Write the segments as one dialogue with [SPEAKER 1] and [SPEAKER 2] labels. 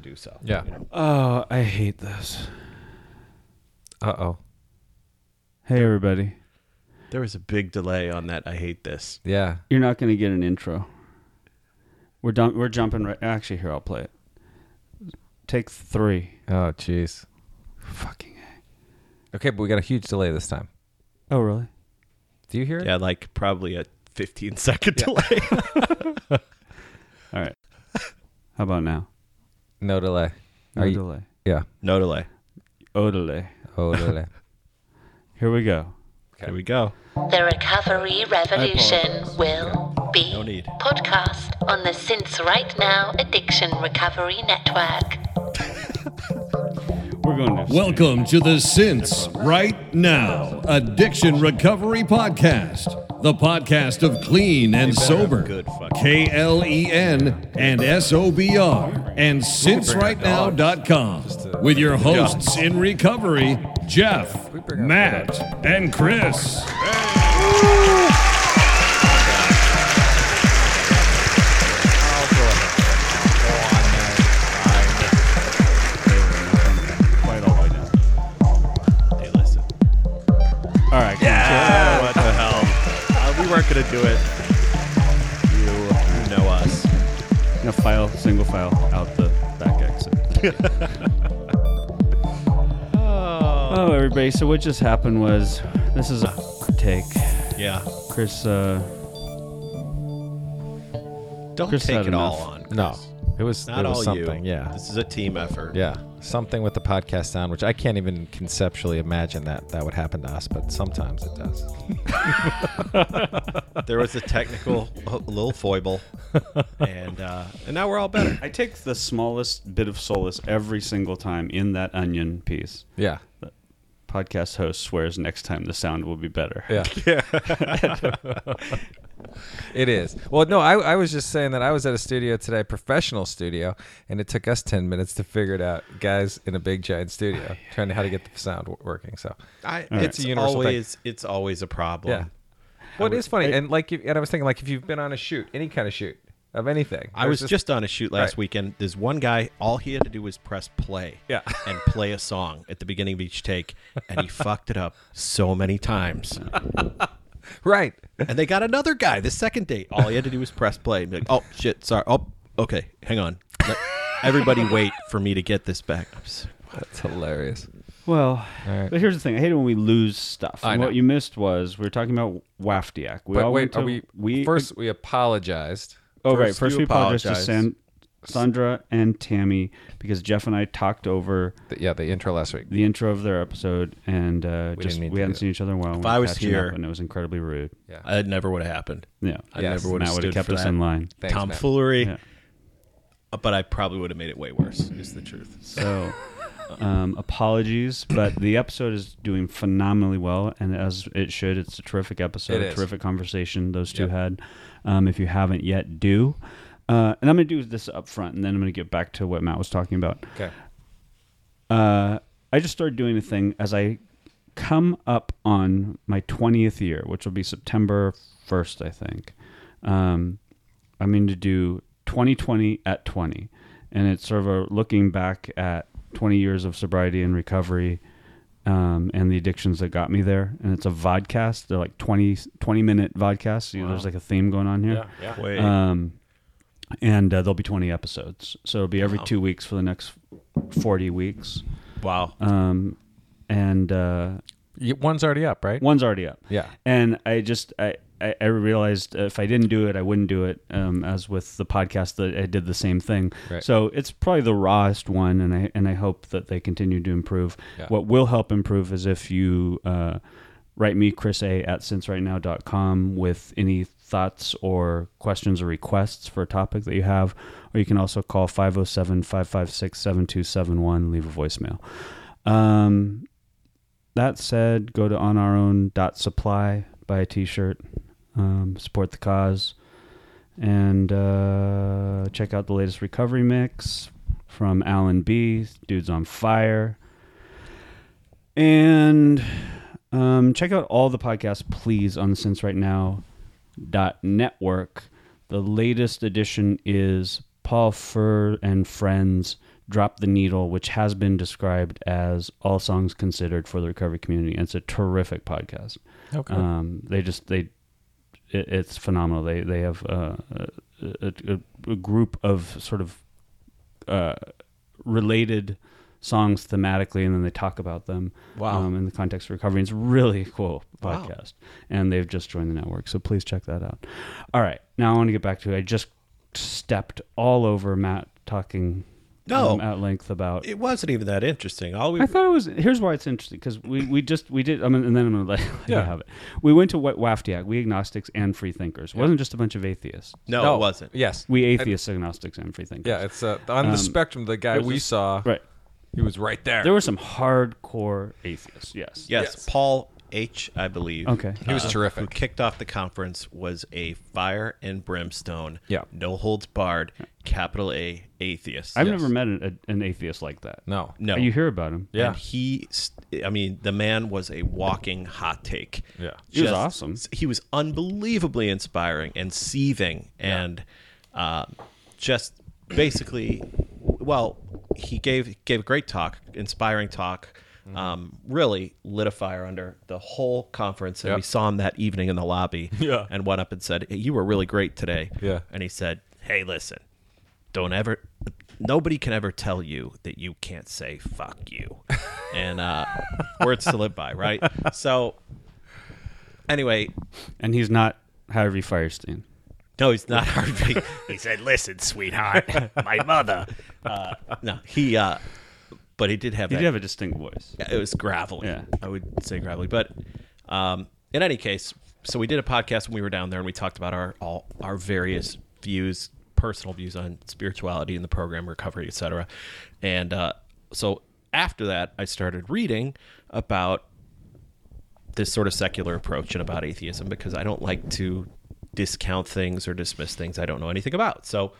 [SPEAKER 1] do so.
[SPEAKER 2] Yeah.
[SPEAKER 3] Oh, I hate this.
[SPEAKER 2] Uh oh.
[SPEAKER 3] Hey, everybody.
[SPEAKER 1] There was a big delay on that. I hate this.
[SPEAKER 2] Yeah.
[SPEAKER 3] You're not going to get an intro. We're done. We're jumping right. Actually, here I'll play it. Take three.
[SPEAKER 2] Oh jeez.
[SPEAKER 3] Fucking.
[SPEAKER 2] Okay, but we got a huge delay this time.
[SPEAKER 3] A. Oh, really?
[SPEAKER 2] Do you hear it?
[SPEAKER 1] Yeah, like probably a 15 second delay.
[SPEAKER 3] All right. How about now?
[SPEAKER 2] No delay.
[SPEAKER 3] No
[SPEAKER 2] Are you-
[SPEAKER 3] delay.
[SPEAKER 2] Yeah.
[SPEAKER 1] no delay.
[SPEAKER 3] Oh, delay.
[SPEAKER 2] Oh delay.
[SPEAKER 3] Here we go.
[SPEAKER 1] Here we go.
[SPEAKER 4] The Recovery Revolution will be
[SPEAKER 1] No need.
[SPEAKER 4] podcast on the Synths Right Now Addiction Recovery Network.
[SPEAKER 3] We're going to.
[SPEAKER 5] Welcome to the Since Right Now Addiction Recovery Podcast, the podcast of clean and sober,
[SPEAKER 1] good fucking-
[SPEAKER 5] K L E N and S O B R, and SinceRightNow.com, with your hosts in recovery, Jeff, Matt, and Chris.
[SPEAKER 3] Quite all the way down.
[SPEAKER 1] Hey, listen.
[SPEAKER 3] All right.
[SPEAKER 1] Yeah. What the hell? Uh, we weren't going to do it. You, you know us.
[SPEAKER 3] Now file, single file out the back exit. oh. everybody. So, what just happened was this is a take.
[SPEAKER 1] Yeah.
[SPEAKER 3] Chris, uh,
[SPEAKER 1] Don't
[SPEAKER 3] Chris
[SPEAKER 1] take
[SPEAKER 3] had
[SPEAKER 1] it all
[SPEAKER 3] enough.
[SPEAKER 1] on.
[SPEAKER 2] No. It was,
[SPEAKER 1] Not
[SPEAKER 2] it was
[SPEAKER 1] all
[SPEAKER 2] something.
[SPEAKER 1] you.
[SPEAKER 2] Yeah.
[SPEAKER 1] This is a team effort.
[SPEAKER 2] Yeah. Something with the podcast sound, which I can't even conceptually imagine that that would happen to us, but sometimes it does.
[SPEAKER 1] There was a technical a little foible, and uh, and now we're all better.
[SPEAKER 3] I take the smallest bit of solace every single time in that onion piece.
[SPEAKER 2] Yeah.
[SPEAKER 3] Podcast host swears next time the sound will be better.
[SPEAKER 2] Yeah. it is. Well, no, I, I was just saying that I was at a studio today, professional studio, and it took us 10 minutes to figure it out. Guys in a big, giant studio trying to how to get the sound w- working. So,
[SPEAKER 1] I,
[SPEAKER 2] right.
[SPEAKER 1] It's
[SPEAKER 2] It's a universal thing.
[SPEAKER 1] always it's always a problem.
[SPEAKER 2] yeah. Well, it is funny. and like, you, and I was thinking, like, if you've been on a shoot, any kind of shoot of anything,
[SPEAKER 1] I was
[SPEAKER 2] there's
[SPEAKER 1] just, on a shoot last
[SPEAKER 2] Right.
[SPEAKER 1] weekend. There's one guy, all he had to do was press play
[SPEAKER 2] Yeah.
[SPEAKER 1] and play a song at the beginning of each take, and he fucked it up so many times.
[SPEAKER 2] right.
[SPEAKER 1] And they got another guy the second date. All he had to do was press play. And be like, oh, shit, sorry. Oh, okay, hang on. Let everybody wait for me to get this back. I'm so-
[SPEAKER 2] That's hilarious.
[SPEAKER 3] Well,
[SPEAKER 2] right.
[SPEAKER 3] but here's the thing. I hate it when we lose stuff.
[SPEAKER 2] I
[SPEAKER 3] And
[SPEAKER 2] know.
[SPEAKER 3] What you missed was we were talking about WAFDIAC. We
[SPEAKER 2] But
[SPEAKER 3] all
[SPEAKER 2] wait,
[SPEAKER 3] went to,
[SPEAKER 2] are we, first we apologized.
[SPEAKER 3] Oh, right.
[SPEAKER 1] First,
[SPEAKER 3] First,
[SPEAKER 1] you
[SPEAKER 3] we apologized to
[SPEAKER 1] apologize.
[SPEAKER 3] San, Sandra and Tammy because Jeff and I talked over
[SPEAKER 2] The- yeah, the intro last week.
[SPEAKER 3] the intro of their episode and uh,
[SPEAKER 2] We
[SPEAKER 3] just
[SPEAKER 2] didn't mean
[SPEAKER 3] we
[SPEAKER 2] to
[SPEAKER 3] hadn't
[SPEAKER 2] do
[SPEAKER 3] seen each other in a while. If
[SPEAKER 1] I was here-
[SPEAKER 3] and it was incredibly rude.
[SPEAKER 1] That never would have happened.
[SPEAKER 3] Yeah,
[SPEAKER 1] I
[SPEAKER 2] Yes.
[SPEAKER 1] never would
[SPEAKER 3] and
[SPEAKER 1] have
[SPEAKER 3] that would
[SPEAKER 1] stood
[SPEAKER 3] have kept
[SPEAKER 1] for
[SPEAKER 3] us
[SPEAKER 1] that.
[SPEAKER 3] in line.
[SPEAKER 2] Thanks, Matt.
[SPEAKER 1] Tomfoolery. Uh,
[SPEAKER 3] Yeah.
[SPEAKER 1] But I probably would have made it way worse, is the truth.
[SPEAKER 3] So, um, apologies, but the episode is doing phenomenally well, and as it should. It's a terrific episode,
[SPEAKER 2] It
[SPEAKER 3] a
[SPEAKER 2] is.
[SPEAKER 3] terrific conversation those two
[SPEAKER 2] Yep.
[SPEAKER 3] had. Um, if you haven't yet, do. Uh, and I'm going to do this up front, and then I'm going to get back to what Matt was talking about.
[SPEAKER 2] Okay.
[SPEAKER 3] uh, I just started doing a thing as I come up on my 20th year, which will be September 1st, I think. Um, I'm going to do 2020 at 20. And it's sort of a looking back at 20 years of sobriety and recovery um, and the addictions that got me there. And it's a vodcast. They're like 20, 20 minute vodcasts. You know, there's like a theme going on here.
[SPEAKER 1] Wait.
[SPEAKER 3] Um, and uh, there'll be 20 episodes. So it'll be every two weeks for the next 40 weeks.
[SPEAKER 1] wow.
[SPEAKER 3] Um, and uh,
[SPEAKER 2] Y- One's already up, right?
[SPEAKER 3] one's already up.
[SPEAKER 2] Yeah.
[SPEAKER 3] And I just, I, I, I realized if I didn't do it, I wouldn't do it. Um, as with the podcast that I did the same thing.
[SPEAKER 2] Right.
[SPEAKER 3] So it's probably the rawest one. And I, and I hope that they continue to improve.
[SPEAKER 2] Yeah.
[SPEAKER 3] What will help improve is if you, uh, write me chris a at sincerightnow.com with any thoughts or questions or requests for a topic that you have or you can also call 507-556-7271 leave a voicemail um, that said go to on our own dot supply buy a t-shirt um, support the cause and uh, check out the latest recovery mix from alan b dudes on fire and um, check out all the podcasts, please, on the Since Right Now dot network. The latest edition is Paul Furr and Friends Drop the Needle, which has been described as all songs considered for the recovery community. And it's a terrific podcast.
[SPEAKER 2] Okay.
[SPEAKER 3] Um, they just they, it, it's phenomenal. They they have uh, a, a, a group of sort of uh, related songs thematically, and then they talk about them.
[SPEAKER 2] Wow.
[SPEAKER 3] Um, in the context of recovery, it's really cool podcast, and they've just joined the network. So please check that out. All right, now I want to get back to I just stepped all over Matt talking.
[SPEAKER 1] No.
[SPEAKER 3] um, at length about
[SPEAKER 1] It wasn't even that interesting. All we
[SPEAKER 3] I thought it was. Here's why it's interesting because we, we just we did. I mean, and then I'm gonna let, let you
[SPEAKER 2] Yeah.
[SPEAKER 3] have it. We went to what WAFDIAC, we agnostics and free thinkers. It wasn't just a bunch of atheists.
[SPEAKER 1] no, it wasn't.
[SPEAKER 2] Oh,
[SPEAKER 1] Um,
[SPEAKER 2] Yes.
[SPEAKER 3] We atheists, agnostics, and free thinkers.
[SPEAKER 2] yeah, it's uh, on the spectrum. The guy we saw,
[SPEAKER 3] right.
[SPEAKER 2] he was right there.
[SPEAKER 3] There were some hardcore atheists. Yes.
[SPEAKER 1] Yes,
[SPEAKER 2] Yes.
[SPEAKER 1] Paul H, I believe.
[SPEAKER 3] Okay.
[SPEAKER 2] he was
[SPEAKER 1] Who
[SPEAKER 2] terrific.
[SPEAKER 1] kicked off the conference was a fire and brimstone,
[SPEAKER 2] Yeah.
[SPEAKER 1] no holds barred, capital A atheist.
[SPEAKER 3] I've never met an, a, an atheist like that.
[SPEAKER 2] No.
[SPEAKER 1] no,
[SPEAKER 3] You hear about him.
[SPEAKER 2] Yeah.
[SPEAKER 1] And he, st- I mean, the man was a walking hot take.
[SPEAKER 2] Yeah.
[SPEAKER 3] He was awesome.
[SPEAKER 1] He was unbelievably inspiring and seething and uh, just basically, well, he gave gave a great talk, inspiring talk.
[SPEAKER 2] Mm-hmm.
[SPEAKER 1] Um, really lit a fire under the whole conference, and
[SPEAKER 2] Yep.
[SPEAKER 1] we saw him that evening in the lobby.
[SPEAKER 2] Yeah.
[SPEAKER 1] and went up and said, hey, "You were really great today."
[SPEAKER 2] Yeah.
[SPEAKER 1] and he said, "Hey, listen, don't ever nobody can ever tell you that you can't say fuck you and uh words to live by right so anyway
[SPEAKER 3] And he's not Harvey Firestein.
[SPEAKER 1] no he's not harvey he said listen sweetheart my mother uh no he uh but he did have
[SPEAKER 3] He
[SPEAKER 1] that
[SPEAKER 3] did have a distinct voice.
[SPEAKER 1] it was gravelly.
[SPEAKER 3] Yeah.
[SPEAKER 1] I would say gravelly. But um, in any case, so we did a podcast when we were down there, and we talked about our all our various views, personal views on spirituality and the program, recovery, etc. And uh, so after that, I started reading about this sort of secular approach and about atheism because I don't like to discount things or dismiss things I don't know anything about. So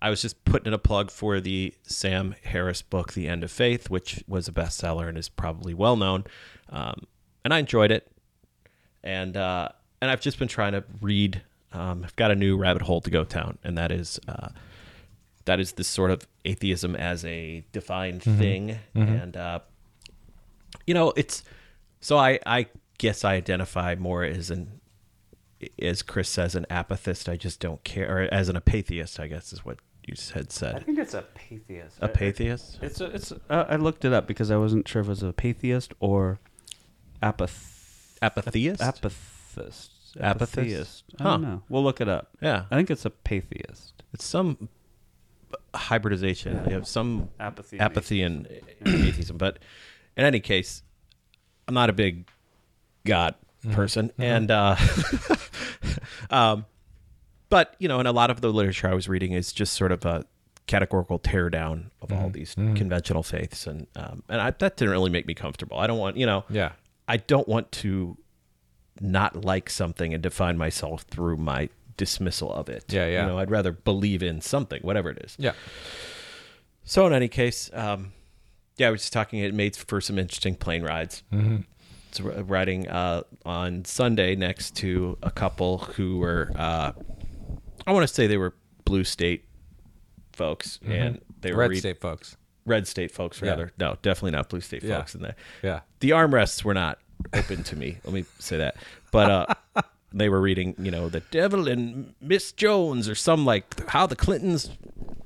[SPEAKER 1] I was just putting in a plug for the Sam Harris book, The End of Faith, which was a bestseller and is probably well known. Um, and I enjoyed it. And uh, and I've just been trying to read. Um, I've got a new rabbit hole to go down, and that is uh, that is this sort of atheism as a defined thing. And uh, you know, it's so I I guess I identify more as an as Chris says, an apathist. I just don't care, or as an apatheist, I guess is what you had said.
[SPEAKER 3] think it's a patheist.
[SPEAKER 1] Apatheist.
[SPEAKER 3] It's a, it's. a- I looked it up because I wasn't sure if it was a patheist or apath.
[SPEAKER 1] Apatheist.
[SPEAKER 3] Apathist.
[SPEAKER 1] Apathist?
[SPEAKER 3] I don't
[SPEAKER 1] Huh.
[SPEAKER 3] know. We'll look it up.
[SPEAKER 1] Yeah.
[SPEAKER 3] I think it's a patheist.
[SPEAKER 1] it's some hybridization. They have some
[SPEAKER 3] Apathy.
[SPEAKER 1] apathy and atheism. But in any case, I'm not a big God person, and uh, um, but you know, and a lot of the literature I was reading is just sort of a categorical teardown of all these conventional faiths, and um, and I, that didn't really make me comfortable. I don't want you know,
[SPEAKER 2] Yeah.
[SPEAKER 1] I don't want to not like something and define myself through my dismissal of it.
[SPEAKER 2] Yeah, yeah.
[SPEAKER 1] You know, I'd rather believe in something, whatever it is.
[SPEAKER 2] Yeah.
[SPEAKER 1] So in any case, um, yeah, I was just talking. It made for some interesting plane rides. Mm-hmm. So we're riding uh, on Sunday next to a couple who were, uh, I want to say they were blue state folks, and they were
[SPEAKER 2] Mm-hmm. Red
[SPEAKER 1] read-
[SPEAKER 2] State folks.
[SPEAKER 1] red state folks
[SPEAKER 2] Yeah.
[SPEAKER 1] rather. No, definitely not blue state
[SPEAKER 2] Yeah.
[SPEAKER 1] folks in there.
[SPEAKER 2] Yeah.
[SPEAKER 1] The armrests were not open to me. Let me say that. But uh they were reading, you know, the devil and Miss Jones or some like how the Clintons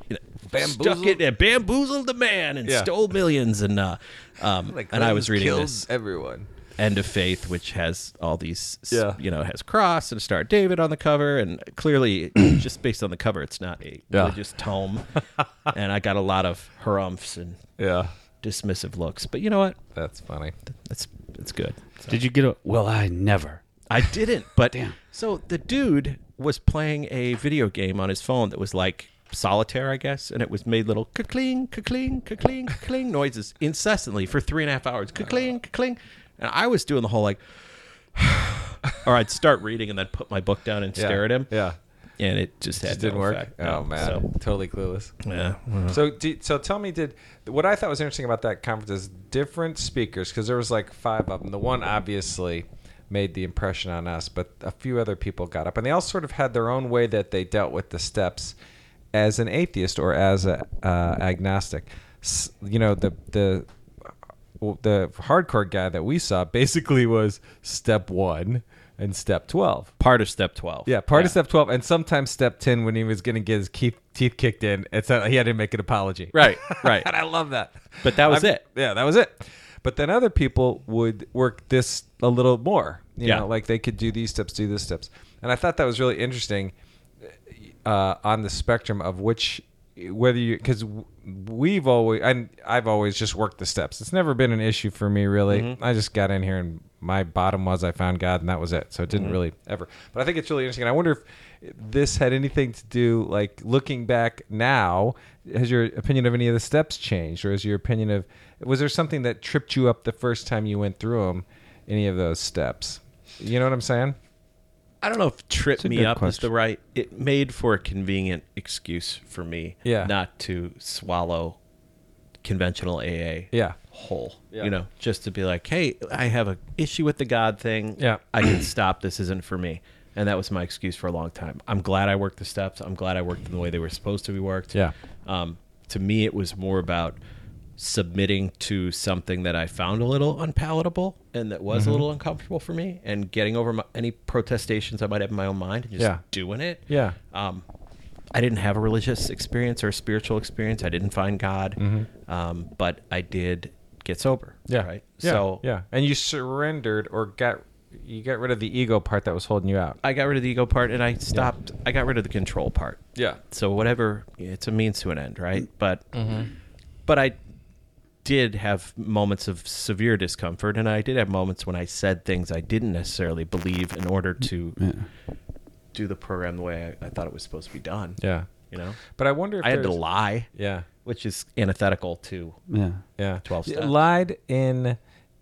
[SPEAKER 1] you know, stuck
[SPEAKER 2] Bamboozled?
[SPEAKER 1] it and bamboozled the man and
[SPEAKER 2] Yeah.
[SPEAKER 1] stole millions and uh um and I was reading this
[SPEAKER 2] everyone.
[SPEAKER 1] End of Faith, which has all these, s-
[SPEAKER 2] Yeah.
[SPEAKER 1] you know, has Cross and Star David on the cover, and clearly, just based on the cover, it's not a
[SPEAKER 2] Yeah.
[SPEAKER 1] religious tome. and I got a lot of harumphs and
[SPEAKER 2] Yeah.
[SPEAKER 1] dismissive looks, but you know what?
[SPEAKER 2] That's funny.
[SPEAKER 1] That's it's good.
[SPEAKER 3] Did you get a? Well, I never.
[SPEAKER 1] I didn't, but so the dude was playing a video game on his phone that was like solitaire, I guess, and it was made little ka-cling, ka-cling, ka-cling, ka-cling noises incessantly for three and a half hours. Ka-cling, ka-cling. And I was doing the whole like, or I'd start reading and then put my book down and
[SPEAKER 2] Yeah.
[SPEAKER 1] stare at him.
[SPEAKER 2] Yeah.
[SPEAKER 1] And it just had
[SPEAKER 2] Just didn't
[SPEAKER 1] no
[SPEAKER 2] work.
[SPEAKER 1] effect.
[SPEAKER 2] Oh
[SPEAKER 1] No.
[SPEAKER 2] man,
[SPEAKER 1] So, Mm-hmm.
[SPEAKER 2] totally clueless.
[SPEAKER 1] yeah.
[SPEAKER 2] So, do, so tell me, did what I thought was interesting about that conference is different speakers because there was like five of them. The one obviously made the impression on us, but a few other people got up, and they all sort of had their own way that they dealt with the steps as an atheist or as a uh, agnostic. S- You know the the the hardcore guy that we saw basically was step one and step twelve.
[SPEAKER 1] Part of step 12.
[SPEAKER 2] Yeah, part of step twelve, and sometimes step ten when he was going to get his keep, teeth kicked in. It's not, he had to make an apology.
[SPEAKER 1] Right, right.
[SPEAKER 2] and I love that.
[SPEAKER 1] But that was
[SPEAKER 2] I'm-
[SPEAKER 1] it.
[SPEAKER 2] Yeah, that was it. But then other people would work this a little more. You
[SPEAKER 1] Yeah.
[SPEAKER 2] know, like they could do these steps, do these steps, and I thought that was really interesting uh, on the spectrum of which whether you because we've always and I've always just worked the steps. It's never been an issue for me really. I just got in here and my bottom was I found God and that was it. So it didn't really ever. But I think it's really interesting. And I wonder if this had anything to do like looking back now. Has your opinion of any of the steps changed, or is your opinion of was there something that tripped you up the first time you went through them? Any of those steps? You know what I'm saying?
[SPEAKER 1] I don't know if trip
[SPEAKER 3] a
[SPEAKER 1] me
[SPEAKER 3] good
[SPEAKER 1] up is the
[SPEAKER 3] question.
[SPEAKER 1] right. It made for a convenient excuse for me
[SPEAKER 2] Yeah.
[SPEAKER 1] not to swallow conventional AA
[SPEAKER 2] Yeah.
[SPEAKER 1] whole. You know, just to be like, hey, I have an issue with the God thing.
[SPEAKER 2] Yeah.
[SPEAKER 1] I can stop. This isn't for me. And that was my excuse for a long time. I'm glad I worked the steps. I'm glad I worked them the way they were supposed to be worked.
[SPEAKER 2] Yeah.
[SPEAKER 1] Um, to me, it was more about submitting to something that I found a little unpalatable and that
[SPEAKER 2] Mm-hmm.
[SPEAKER 1] was a little uncomfortable for me and getting over my, any protestations I might have in my own mind and just
[SPEAKER 2] Yeah.
[SPEAKER 1] doing it.
[SPEAKER 2] Yeah.
[SPEAKER 1] Um, I didn't have a religious experience or a spiritual experience. I didn't find God, um, but I did get sober.
[SPEAKER 2] Mm-hmm. Yeah.
[SPEAKER 1] Right.
[SPEAKER 2] Yeah.
[SPEAKER 1] So
[SPEAKER 2] yeah, and you surrendered or got you got rid of the ego part that was holding you out.
[SPEAKER 1] I got rid of the ego part and I stopped. I got rid of the control part.
[SPEAKER 2] Yeah.
[SPEAKER 1] So whatever, it's a means to an end, right? But,
[SPEAKER 2] Mm-hmm.
[SPEAKER 1] but I did have moments of severe discomfort, and I did have moments when I said things I didn't necessarily believe in order to do the program the way I, I thought it was supposed to be done.
[SPEAKER 2] Yeah.
[SPEAKER 1] You know,
[SPEAKER 2] But I wonder if
[SPEAKER 1] I had to
[SPEAKER 2] there's-
[SPEAKER 1] lie,
[SPEAKER 2] Yeah.
[SPEAKER 1] which is antithetical to
[SPEAKER 3] Yeah.
[SPEAKER 2] Yeah.
[SPEAKER 1] 12
[SPEAKER 2] You
[SPEAKER 1] steps.
[SPEAKER 2] Lied in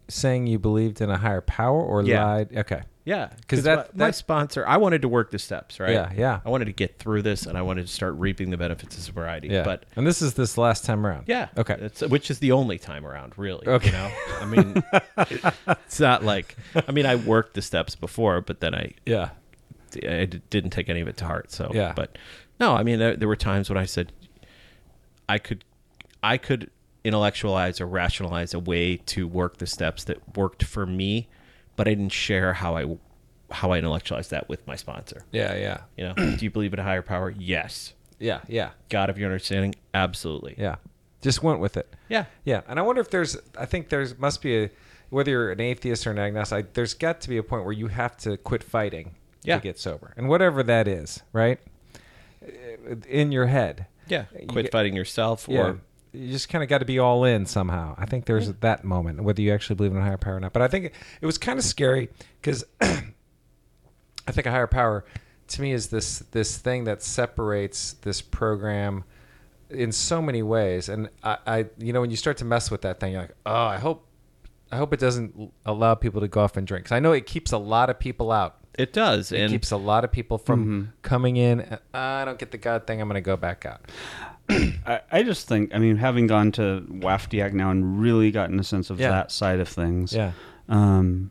[SPEAKER 2] saying you believed in a higher power or
[SPEAKER 1] Yeah.
[SPEAKER 2] lied. Okay.
[SPEAKER 1] Yeah,
[SPEAKER 2] 'Cause
[SPEAKER 1] because
[SPEAKER 2] that-
[SPEAKER 1] my, my
[SPEAKER 2] that-
[SPEAKER 1] sponsor, I wanted to work the steps, right?
[SPEAKER 2] Yeah, yeah.
[SPEAKER 1] I wanted to get through this, and I wanted to start reaping the benefits of sobriety.
[SPEAKER 2] Yeah.
[SPEAKER 1] but
[SPEAKER 2] and this is this last time around.
[SPEAKER 1] yeah,
[SPEAKER 2] Okay.
[SPEAKER 1] it's, which is the only time around, really.
[SPEAKER 2] Okay.
[SPEAKER 1] you know, I mean, it- it's not like I mean, I worked the steps before, but then I
[SPEAKER 2] yeah.
[SPEAKER 1] I d- didn't take any of it to heart. So
[SPEAKER 2] Yeah.
[SPEAKER 1] but no, I mean, there, there were times when I said I could I could intellectualize or rationalize a way to work the steps that worked for me, but I didn't share how I how I intellectualized that with my sponsor.
[SPEAKER 2] Yeah. Yeah.
[SPEAKER 1] You know, do you believe in a higher power? Yes.
[SPEAKER 2] Yeah. Yeah.
[SPEAKER 1] God of your understanding? Absolutely.
[SPEAKER 2] Yeah. Just went with it.
[SPEAKER 1] Yeah.
[SPEAKER 2] Yeah, and I wonder if there's. I think there's must be a whether you're an atheist or an agnostic. I, there's got to be a point where you have to quit fighting
[SPEAKER 1] Yeah.
[SPEAKER 2] to get sober, and whatever that is, right? Uh, In your head.
[SPEAKER 1] Yeah.
[SPEAKER 2] You
[SPEAKER 1] Quit
[SPEAKER 2] get-
[SPEAKER 1] fighting yourself
[SPEAKER 2] Yeah.
[SPEAKER 1] or
[SPEAKER 2] you just kind of got to be all in somehow. I think there's that moment, whether you actually believe in a higher power or not. But I think it, it was kind of scary because I think a higher power to me is this this thing that separates this program in so many ways. And I, I you know, when you start to mess with that thing, you're like, oh, I hope, I hope it doesn't l- allow people to go off and drink. 'Cause I know it keeps a lot of people out.
[SPEAKER 1] it does.
[SPEAKER 2] It
[SPEAKER 1] and
[SPEAKER 2] keeps a lot of people from coming in. uh, I don't get the God thing. I'm going to go back out.
[SPEAKER 3] I, I just think, I mean, having gone to WAFDIAC now and really gotten a sense of
[SPEAKER 2] Yeah.
[SPEAKER 3] that side of things, um,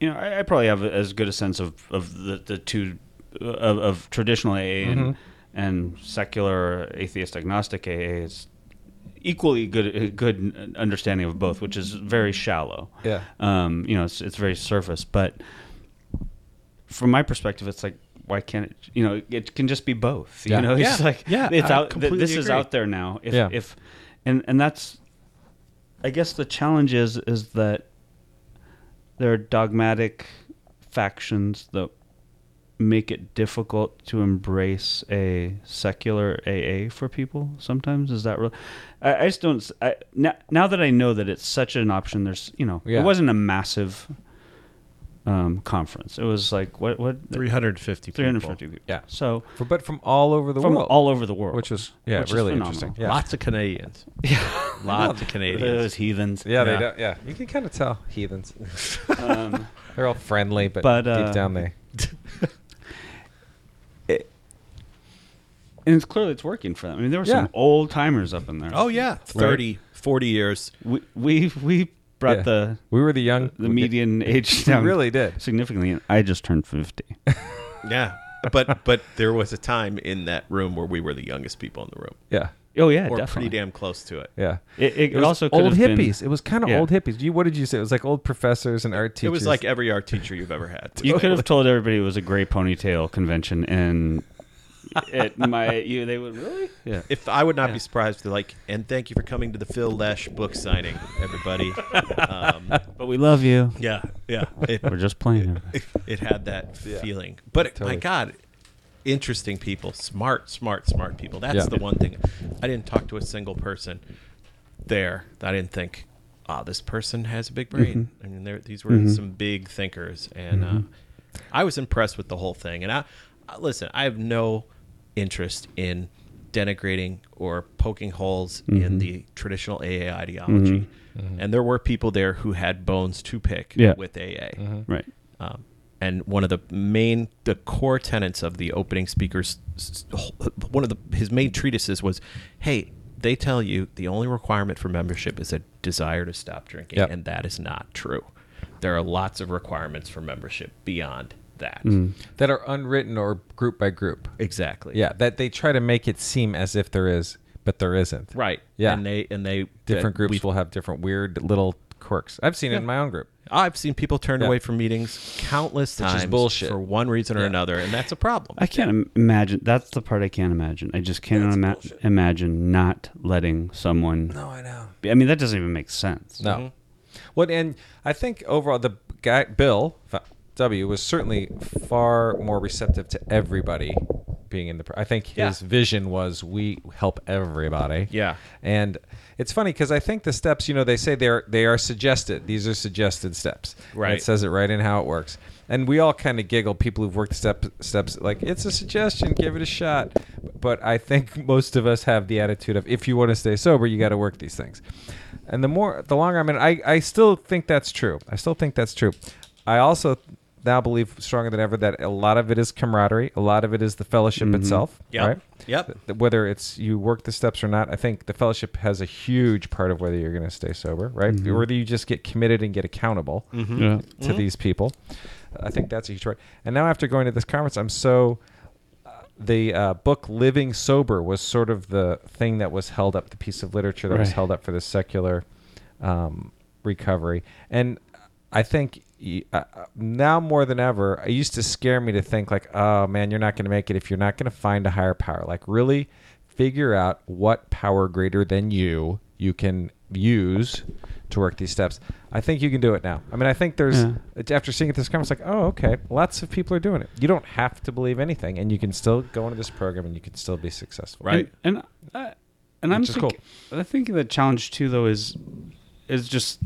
[SPEAKER 3] you know, I, I probably have as good a sense of, of the, the two uh, of, of traditional AA
[SPEAKER 1] Mm-hmm.
[SPEAKER 3] and, and secular or atheist agnostic AA is equally good a good understanding of both, which is very shallow.
[SPEAKER 2] Yeah.
[SPEAKER 3] Um, you know, it's it's very surface, but from my perspective, it's like why can't it? You know, it can just be both.
[SPEAKER 2] Yeah.
[SPEAKER 3] You know, it's
[SPEAKER 1] Yeah.
[SPEAKER 3] like
[SPEAKER 1] Yeah.
[SPEAKER 3] it's
[SPEAKER 1] I
[SPEAKER 3] out. th-
[SPEAKER 1] completely
[SPEAKER 3] this is
[SPEAKER 1] agree.
[SPEAKER 3] out there now. If
[SPEAKER 2] Yeah.
[SPEAKER 3] if and and that's I guess the challenge is is that there are dogmatic factions that make it difficult to embrace a secular AA for people. Sometimes is that real? I, I just don't. s- I, now, now that I know that it's such an option, there's you know,
[SPEAKER 2] Yeah.
[SPEAKER 3] it wasn't a massive um, conference. It was like what what
[SPEAKER 1] 350
[SPEAKER 3] three hundred fifty people.
[SPEAKER 2] Yeah.
[SPEAKER 3] So
[SPEAKER 2] For, but from all over the
[SPEAKER 3] from
[SPEAKER 2] world.
[SPEAKER 3] all over the world,
[SPEAKER 2] which was yeah,
[SPEAKER 3] which is
[SPEAKER 2] really
[SPEAKER 3] phenomenal.
[SPEAKER 2] interesting. Yeah.
[SPEAKER 1] Lots of Canadians. Yeah. Lots of Canadians.
[SPEAKER 3] Those heathens.
[SPEAKER 2] yeah, they
[SPEAKER 1] Yeah.
[SPEAKER 2] don't. Yeah, you can kind of tell heathens.
[SPEAKER 1] Um,
[SPEAKER 2] They're all friendly, but,
[SPEAKER 3] But, uh,
[SPEAKER 2] deep down they.
[SPEAKER 3] And it's clearly it's working for them. I mean, there were
[SPEAKER 2] Yeah.
[SPEAKER 3] some old timers up in there.
[SPEAKER 1] Oh yeah, 30, 40 years.
[SPEAKER 3] we we, we brought
[SPEAKER 2] Yeah.
[SPEAKER 3] the
[SPEAKER 2] we were the young.
[SPEAKER 3] the median age down
[SPEAKER 2] really did.
[SPEAKER 3] significantly, and I just turned fifty.
[SPEAKER 1] Yeah. but but there was a time in that room where we were the youngest people in the room,
[SPEAKER 2] Yeah.
[SPEAKER 3] Oh yeah,
[SPEAKER 1] or
[SPEAKER 3] definitely.
[SPEAKER 1] pretty damn close to it.
[SPEAKER 2] Yeah.
[SPEAKER 3] It, it,
[SPEAKER 2] was
[SPEAKER 3] also could
[SPEAKER 2] old
[SPEAKER 3] have been-
[SPEAKER 2] hippies. It was kind of
[SPEAKER 3] Yeah.
[SPEAKER 2] old hippies. You what did you say? It was like old professors and art teachers.
[SPEAKER 1] It was like every art teacher you've ever had.
[SPEAKER 3] you could have told everybody it was a gray ponytail convention, and it my you they would really yeah.
[SPEAKER 1] If I would not be surprised if they're like, and thank you for coming to the Phil Lesh book signing, everybody. um,
[SPEAKER 3] But we love you.
[SPEAKER 1] yeah, yeah. It,
[SPEAKER 3] We're just playing.
[SPEAKER 1] it had that feeling. But my God, interesting people, smart, smart, smart people. That's
[SPEAKER 2] Yeah.
[SPEAKER 1] the one thing. I didn't talk to a single person there that I didn't think, ah, this person has a big brain. I mean, there, these were some big thinkers, and uh, I was impressed with the whole thing. And I, I listen, I have no interest in denigrating or poking holes in the traditional AA ideology. And there were people there who had bones to pick
[SPEAKER 3] Yeah.
[SPEAKER 1] with AA.
[SPEAKER 3] right.
[SPEAKER 1] Um, and one of the main, the core tenets of the opening speaker's, one of the his main treatises was, "Hey, they tell you the only requirement for membership is a desire to stop drinking,
[SPEAKER 2] Yep.
[SPEAKER 1] and that is not true. There are lots of requirements for membership beyond that.
[SPEAKER 2] that are unwritten or group by group.
[SPEAKER 1] Exactly.
[SPEAKER 2] Yeah, that they try to make it seem as if there is, but there isn't.
[SPEAKER 1] Right.
[SPEAKER 2] Yeah.
[SPEAKER 1] And they and they
[SPEAKER 2] Different
[SPEAKER 1] that we-
[SPEAKER 2] groups will have different weird little quirks. I've seen it in my own group.
[SPEAKER 1] I've seen people turned
[SPEAKER 2] Yeah.
[SPEAKER 1] away from meetings countless
[SPEAKER 2] is
[SPEAKER 1] times
[SPEAKER 2] bullshit.
[SPEAKER 1] for one reason or
[SPEAKER 2] Yeah.
[SPEAKER 1] another, and that's a problem.
[SPEAKER 3] I can't im- imagine. That's the part I can't imagine. I just cannot ima- imagine not letting someone.
[SPEAKER 2] Oh, I know.
[SPEAKER 3] I mean, that doesn't even make sense.
[SPEAKER 2] No. Well, and I think overall the guy Bill F- W was certainly far more receptive to everybody being in the. Pr- I think his
[SPEAKER 1] Yeah.
[SPEAKER 2] vision was we help everybody.
[SPEAKER 1] Yeah.
[SPEAKER 2] And it's funny because I think the steps, you know, they say they're they are suggested. These are suggested steps. And
[SPEAKER 1] Right.
[SPEAKER 2] it says it right in how it works. And we all kind of giggle. People who've worked step, steps like it's a suggestion. Give it a shot. But I think most of us have the attitude of if you want to stay sober, you got to work these things. And the more, the longer I'm in, I I still think that's true. I still think that's true. I also now believe stronger than ever that a lot of it is camaraderie. A lot of it is the fellowship itself.
[SPEAKER 1] Mm-hmm. Yep.
[SPEAKER 2] Right
[SPEAKER 1] Yep.
[SPEAKER 2] th- whether it's you work the steps or not, I think the fellowship has a huge part of whether you're going to stay sober, right? Or whether you just get committed and get accountable
[SPEAKER 3] Mm-hmm. Yeah.
[SPEAKER 2] to these people. I think that's a huge part. And now after going to this conference, I'm so uh, the uh, book Living Sober was sort of the thing that was held up, the piece of literature that was
[SPEAKER 3] Right.
[SPEAKER 2] held up for the secular um, recovery. And I think y- uh, uh, now more than ever, it used to scare me to think like, oh man, you're not going to make it if you're not going to find a higher power. Like really figure out what power greater than you you can use to work these steps. I think you can do it now. I mean, I think there's
[SPEAKER 3] Yeah.
[SPEAKER 2] it's after seeing it this conference, like, oh, okay, lots of people are doing it. You don't have to believe anything, and you can still go into this program and you can still be successful.
[SPEAKER 1] Right.
[SPEAKER 3] And and, I and I'm
[SPEAKER 2] Which is
[SPEAKER 3] think, I think the challenge too, though, is is just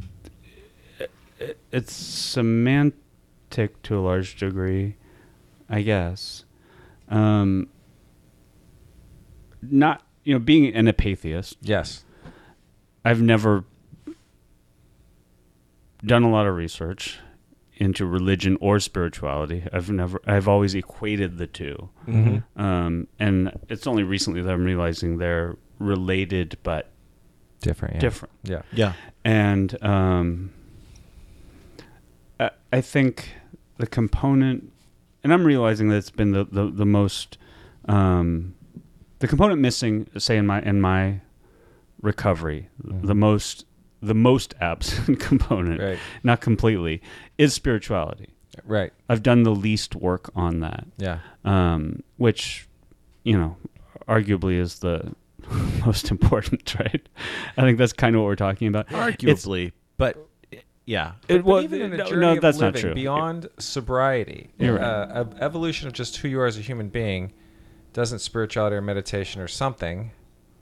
[SPEAKER 3] it, it's semantic to a large degree, I guess. Um, not you know being an apatheist,
[SPEAKER 2] Yes.
[SPEAKER 3] I've never done a lot of research into religion or spirituality. I've never, I've always equated the 2 Um, and it's only recently that I'm realizing they're related but
[SPEAKER 2] Different. Yeah.
[SPEAKER 3] different.
[SPEAKER 2] Yeah.
[SPEAKER 1] Yeah.
[SPEAKER 3] And um, I, I think the component, and I'm realizing that it's been the the, the most um, the component missing, say in my in my recovery, the most the most absent component,
[SPEAKER 2] Mm-hmm. Right.
[SPEAKER 3] not completely, is spirituality.
[SPEAKER 2] Right.
[SPEAKER 3] I've done the least work on that
[SPEAKER 2] Yeah.
[SPEAKER 3] um, which you know arguably is the most important right i think that's kind of what we're talking about It's-
[SPEAKER 1] Arguably, but yeah.
[SPEAKER 3] it
[SPEAKER 2] But
[SPEAKER 3] was
[SPEAKER 2] even in a
[SPEAKER 3] no,
[SPEAKER 2] journey
[SPEAKER 3] no,
[SPEAKER 2] of
[SPEAKER 3] that's
[SPEAKER 2] living,
[SPEAKER 3] not true
[SPEAKER 2] Beyond sobriety,
[SPEAKER 3] You're right.
[SPEAKER 2] uh, ev- evolution of just who you are as a human being, doesn't spirituality or meditation or something,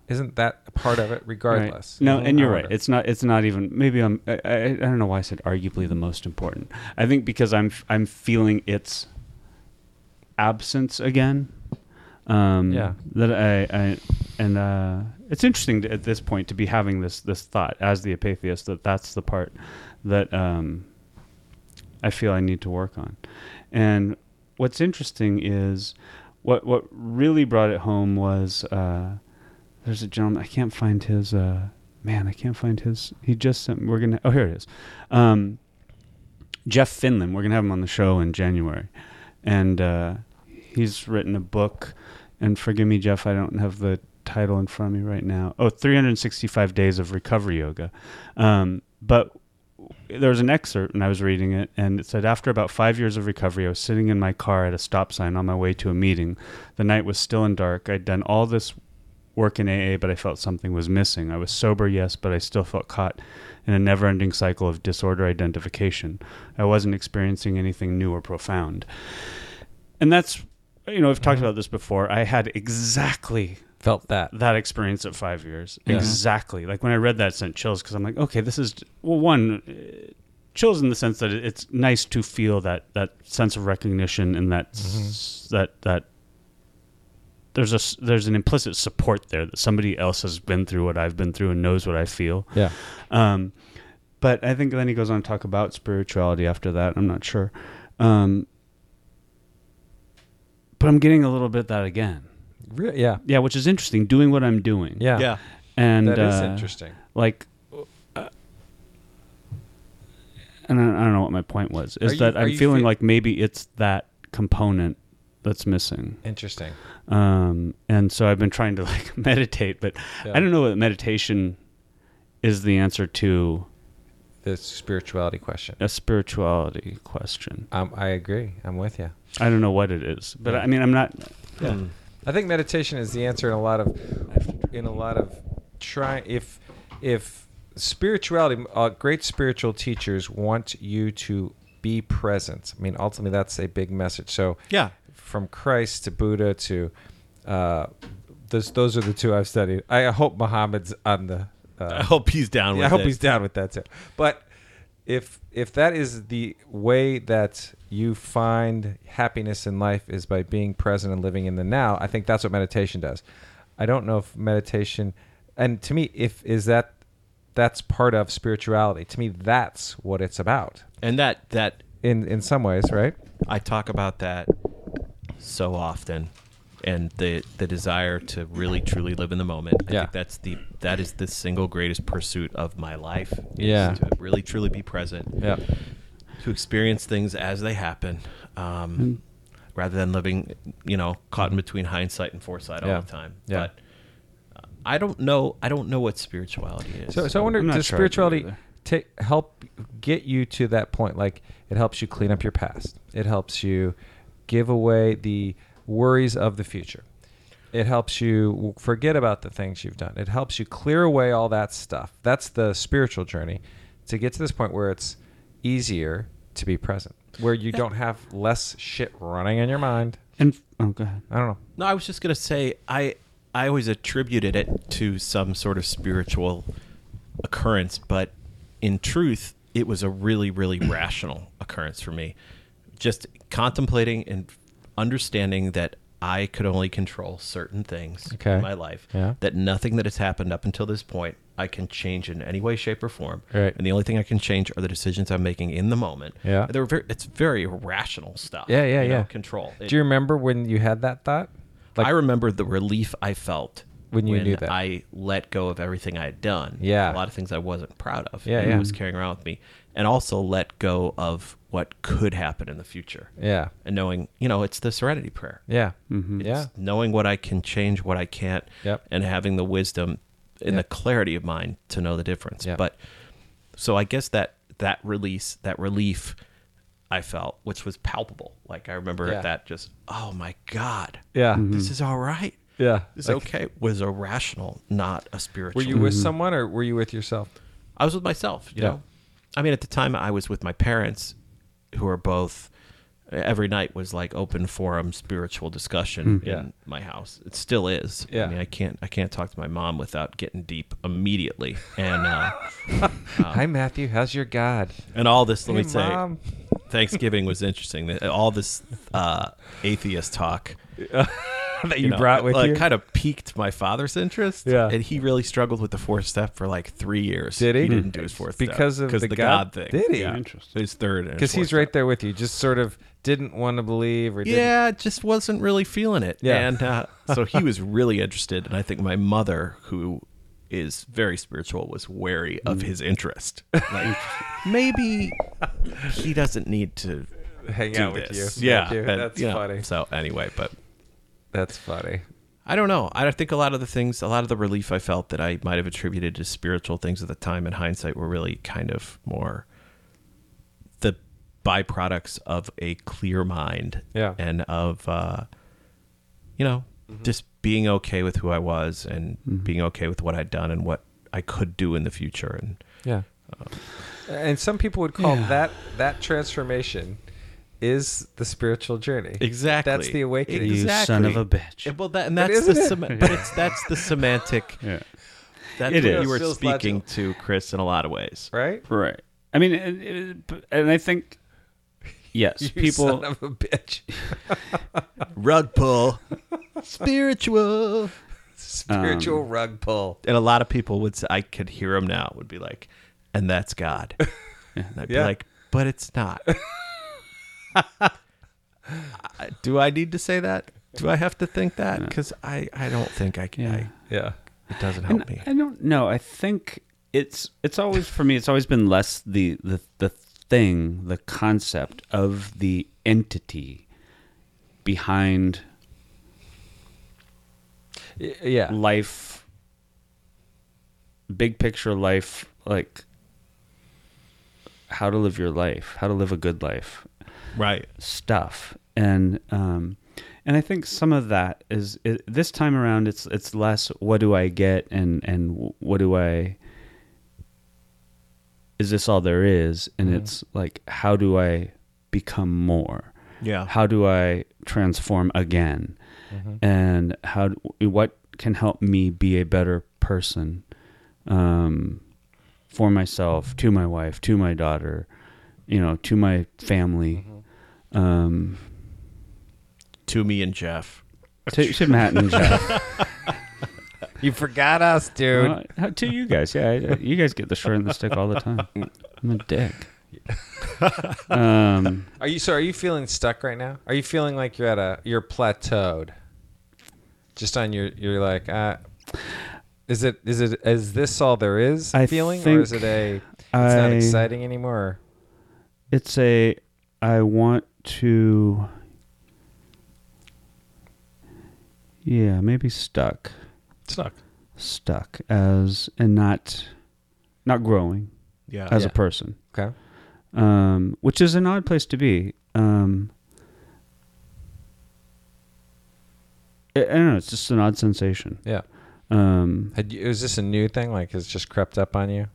[SPEAKER 2] isn't that a part of it?
[SPEAKER 3] Right.
[SPEAKER 2] Regardless.
[SPEAKER 3] no and you're
[SPEAKER 2] I
[SPEAKER 3] right
[SPEAKER 2] wonder.
[SPEAKER 3] it's not it's not even maybe i'm I, I, I don't know why i said arguably the most important i think because i'm f- i'm feeling its absence again um
[SPEAKER 2] Yeah.
[SPEAKER 3] that i i and uh it's interesting to, at this point to be having this this thought as the apatheist that that's the part that um I feel I need to work on. And what's interesting is what what really brought it home was uh, there's a gentleman I can't find his uh, man I can't find his he just sent we're gonna oh here it is um, Jeff Finland we're gonna have him on the show in January and uh, He's written a book, and forgive me, Jeff, I don't have the title in front of me right now. Oh, 365 Days of Recovery Yoga. Um, but there was an excerpt, and I was reading it, and it said, After about five years of recovery, I was sitting in my car at a stop sign on my way to a meeting. The night was still and dark. I'd done all this work in AA, but I felt something was missing. I was sober, yes, but I still felt caught in a never ending cycle of disorder identification. I wasn't experiencing anything new or profound. And that's, you know, I've talked about this before. I had exactly
[SPEAKER 2] Felt that.
[SPEAKER 3] that experience at five years. Exactly. Like when I read that, it sent chills because I'm like, okay, this is, well, one, uh, chills in the sense that it- it's nice to feel that, that sense of recognition and that, s-
[SPEAKER 2] Mm-hmm.
[SPEAKER 3] that, that, there's a s- there's an implicit support there that somebody else has been through what I've been through and knows what I feel.
[SPEAKER 2] Yeah.
[SPEAKER 3] Um, but I think then he goes on to talk about spirituality after that. I'm not sure. Um, but I'm getting a little bit that again.
[SPEAKER 2] Re- yeah.
[SPEAKER 3] Yeah, which is interesting. Doing what I'm doing.
[SPEAKER 2] Yeah.
[SPEAKER 1] Yeah.
[SPEAKER 3] and
[SPEAKER 2] That is
[SPEAKER 3] uh,
[SPEAKER 2] interesting.
[SPEAKER 3] Like, uh, and I, I don't know what my point was. Is
[SPEAKER 2] Are you-
[SPEAKER 3] that
[SPEAKER 2] are
[SPEAKER 3] I'm
[SPEAKER 2] you
[SPEAKER 3] feeling
[SPEAKER 2] feel-
[SPEAKER 3] like maybe it's that component that's missing
[SPEAKER 2] Interesting.
[SPEAKER 3] um, and so I've been trying to like meditate, but
[SPEAKER 2] Yeah.
[SPEAKER 3] I don't know that meditation is the answer to
[SPEAKER 2] The spirituality question.
[SPEAKER 3] a spirituality question.
[SPEAKER 2] Um, I agree. I'm with you.
[SPEAKER 3] I don't know what it is, but I mean, I'm not.
[SPEAKER 2] I think meditation is the answer in a lot of in a lot of try if if spirituality uh, great spiritual teachers want you to be present. I mean ultimately that's a big message. So
[SPEAKER 1] Yeah.
[SPEAKER 2] from Christ to Buddha to uh those those are the two I've studied. I hope Muhammad's on the uh,
[SPEAKER 1] I hope he's down with
[SPEAKER 2] yeah, I hope
[SPEAKER 1] it.
[SPEAKER 2] he's down with that too. But if if that is the way that you find happiness in life is by being present and living in the now, I think that's what meditation does. I don't know if meditation and to me if is that that's part of spirituality. To me that's what it's about.
[SPEAKER 1] And that that
[SPEAKER 2] In in some ways, right?
[SPEAKER 1] I talk about that so often and the the desire to really truly live in the moment. I
[SPEAKER 2] Yeah.
[SPEAKER 1] think that's the that is the single greatest pursuit of my life. is
[SPEAKER 2] Yeah.
[SPEAKER 1] To really truly be present.
[SPEAKER 2] Yeah.
[SPEAKER 1] To experience things as they happen. Um rather than living, you know, caught in between hindsight and foresight
[SPEAKER 2] Yeah.
[SPEAKER 1] all the time.
[SPEAKER 2] Yeah.
[SPEAKER 1] But uh, I don't know I don't know what spirituality is.
[SPEAKER 2] So, so I wonder,
[SPEAKER 3] I'm not
[SPEAKER 2] does
[SPEAKER 3] sure I do
[SPEAKER 2] spirituality
[SPEAKER 3] either.
[SPEAKER 2] ta- help get you to that point? Like, it helps you clean up your past. It helps you give away the worries of the future. It helps you w- forget about the things you've done. It helps you clear away all that stuff. That's the spiritual journey to get to this point where it's easier to be present, where you don't have less shit running in your mind.
[SPEAKER 3] And oh, go ahead.
[SPEAKER 2] I don't know.
[SPEAKER 1] No, I was just gonna say I I always attributed it to some sort of spiritual occurrence, but in truth, it was a really, really rational occurrence for me. Just contemplating and understanding that I could only control certain things
[SPEAKER 2] Okay.
[SPEAKER 1] in my life.
[SPEAKER 2] Yeah.
[SPEAKER 1] That nothing that has happened up until this point I can change in any way, shape, or form.
[SPEAKER 2] Right.
[SPEAKER 1] And the only thing I can change are the decisions I'm making in the moment.
[SPEAKER 2] Yeah.
[SPEAKER 1] They're very, it's very rational stuff.
[SPEAKER 2] Yeah, yeah,
[SPEAKER 1] you know,
[SPEAKER 2] yeah.
[SPEAKER 1] control. It-
[SPEAKER 2] Do you remember when you had that thought? Like,
[SPEAKER 1] I remember the relief I felt
[SPEAKER 2] When you knew that.
[SPEAKER 1] I let go of everything I had done.
[SPEAKER 2] Yeah.
[SPEAKER 1] a lot of things I wasn't proud of.
[SPEAKER 2] Yeah,
[SPEAKER 1] and
[SPEAKER 2] yeah.
[SPEAKER 1] was carrying around with me, and also let go of what could happen in the future.
[SPEAKER 2] yeah,
[SPEAKER 1] and knowing, you know, it's the Serenity Prayer.
[SPEAKER 2] yeah,
[SPEAKER 3] Mm-hmm.
[SPEAKER 2] yeah.
[SPEAKER 1] It's knowing what I can change, what I can't,
[SPEAKER 2] Yep.
[SPEAKER 1] and having the wisdom and
[SPEAKER 2] Yep.
[SPEAKER 1] the clarity of mind to know the difference.
[SPEAKER 2] Yep.
[SPEAKER 1] But so I guess that that release, that relief I felt, which was palpable. Like I remember
[SPEAKER 2] Yeah.
[SPEAKER 1] that just, oh my God.
[SPEAKER 2] Yeah.
[SPEAKER 1] This is all right.
[SPEAKER 2] Yeah.
[SPEAKER 1] This
[SPEAKER 2] Like-
[SPEAKER 1] okay was a rational, not a spiritual.
[SPEAKER 2] Were you with someone or were you with yourself?
[SPEAKER 1] I was with myself, you
[SPEAKER 2] Yeah.
[SPEAKER 1] know. I mean, at the time, I was with my parents, who are both. Every night was like open forum spiritual discussion in
[SPEAKER 2] Hmm. Yeah.
[SPEAKER 1] my house. It still is.
[SPEAKER 2] Yeah.
[SPEAKER 1] I mean, I can't I can't talk to my mom without getting deep immediately, and uh,
[SPEAKER 2] Hi, Matthew. How's your God?
[SPEAKER 1] and all this. Let
[SPEAKER 2] Hey,
[SPEAKER 1] me say,
[SPEAKER 2] Mom.
[SPEAKER 1] Thanksgiving was interesting. That- All this uh, atheist talk.
[SPEAKER 2] that
[SPEAKER 1] know, like, kind of piqued my father's interest.
[SPEAKER 2] Yeah.
[SPEAKER 1] and he really struggled with the fourth step for like three years.
[SPEAKER 2] Did he? Hmm.
[SPEAKER 1] didn't do his fourth step.
[SPEAKER 2] Because of the
[SPEAKER 1] the God,
[SPEAKER 2] God-
[SPEAKER 1] thing.
[SPEAKER 2] Did he?
[SPEAKER 1] Yeah.
[SPEAKER 3] Interesting.
[SPEAKER 1] His third. and his
[SPEAKER 2] Because he's
[SPEAKER 1] fourth
[SPEAKER 2] right there with you. Just sort of didn't want to believe or didn't.
[SPEAKER 1] yeah, just wasn't really feeling it.
[SPEAKER 2] Yeah.
[SPEAKER 1] And uh, so he was really interested. And I think my mother, who is very spiritual, was wary of his interest. Like, maybe he doesn't need to
[SPEAKER 2] hang
[SPEAKER 1] do
[SPEAKER 2] out with you.
[SPEAKER 1] this.
[SPEAKER 2] Thank
[SPEAKER 1] Yeah,
[SPEAKER 2] you.
[SPEAKER 1] and,
[SPEAKER 2] that's
[SPEAKER 1] you know,
[SPEAKER 2] funny.
[SPEAKER 1] So anyway, but
[SPEAKER 2] That's funny.
[SPEAKER 1] I don't know. I think a lot of the things, a lot of the relief I felt that I might have attributed to spiritual things at the time in hindsight were really kind of more the byproducts of a clear mind.
[SPEAKER 2] Yeah. Mm-hmm.
[SPEAKER 1] And of, uh, you know, just being okay with who I was and being okay with what I'd done and what I could do in the future. And
[SPEAKER 2] Yeah. Um, And some people would call that that transformation is the spiritual journey. That's the awakening.
[SPEAKER 3] You son of a bitch.
[SPEAKER 1] Yeah, Well, that, and that's the
[SPEAKER 2] isn't it?
[SPEAKER 1] sem- but it's that's the semantic.
[SPEAKER 3] Yeah.
[SPEAKER 1] That's
[SPEAKER 3] It
[SPEAKER 1] what
[SPEAKER 3] is.
[SPEAKER 1] you were
[SPEAKER 2] Feels
[SPEAKER 1] speaking to Chris in a lot of ways.
[SPEAKER 2] Right?
[SPEAKER 3] Right. I mean, it, it, but- and I think yes,
[SPEAKER 2] You
[SPEAKER 3] people.
[SPEAKER 2] son of a bitch.
[SPEAKER 1] Um, Rug pull, spiritual.
[SPEAKER 2] Spiritual rug pull.
[SPEAKER 1] And a lot of people would say, I could hear them now, would be like, and that's God. And I'd
[SPEAKER 2] Yeah.
[SPEAKER 1] be like, but it's not. I- Do I need to say that? Do I have to think that? Because I, I don't think I can.
[SPEAKER 3] Yeah.
[SPEAKER 2] Yeah.
[SPEAKER 1] I, it doesn't help me.
[SPEAKER 3] I don't know. I think it's it's always for me. It's always been less the the the thing, the concept of the entity behind
[SPEAKER 2] Y- Yeah.
[SPEAKER 3] life, big picture life, like how to live your life, how to live a good life.
[SPEAKER 1] Right.
[SPEAKER 3] stuff and um and i think some of that is it, this time around it's it's less what do i get and and what do i is this all there is and it's like how do i become more
[SPEAKER 1] Yeah.
[SPEAKER 3] how do i transform again and how d- what can help me be a better person um for myself to my wife to my daughter you know to my family um,
[SPEAKER 1] To me and Jeff.
[SPEAKER 3] to, to Matt and Jeff,
[SPEAKER 2] You forgot us, dude.
[SPEAKER 3] Uh, how- to you guys. Yeah, I- you guys get the short and the stick all the time. I'm a dick. Um,
[SPEAKER 2] Are you so? Are you feeling stuck right now? Are you feeling like you're at a you're plateaued? Just on your you're like, uh, is it is it is this all there is
[SPEAKER 3] I
[SPEAKER 2] feeling, or
[SPEAKER 3] think
[SPEAKER 2] is it a it's
[SPEAKER 3] I-
[SPEAKER 2] not exciting anymore?
[SPEAKER 3] it's a I want to. Yeah, maybe stuck,
[SPEAKER 2] Stuck.
[SPEAKER 3] stuck as and not, not growing
[SPEAKER 1] Yeah.
[SPEAKER 3] as
[SPEAKER 2] Yeah.
[SPEAKER 3] a person.
[SPEAKER 2] Okay.
[SPEAKER 3] um, which is an odd place to be. Um, I, I don't know. It's just an odd sensation.
[SPEAKER 2] Yeah.
[SPEAKER 3] Um,
[SPEAKER 2] Had you, is this a new thing? Like, it's just crept up on you?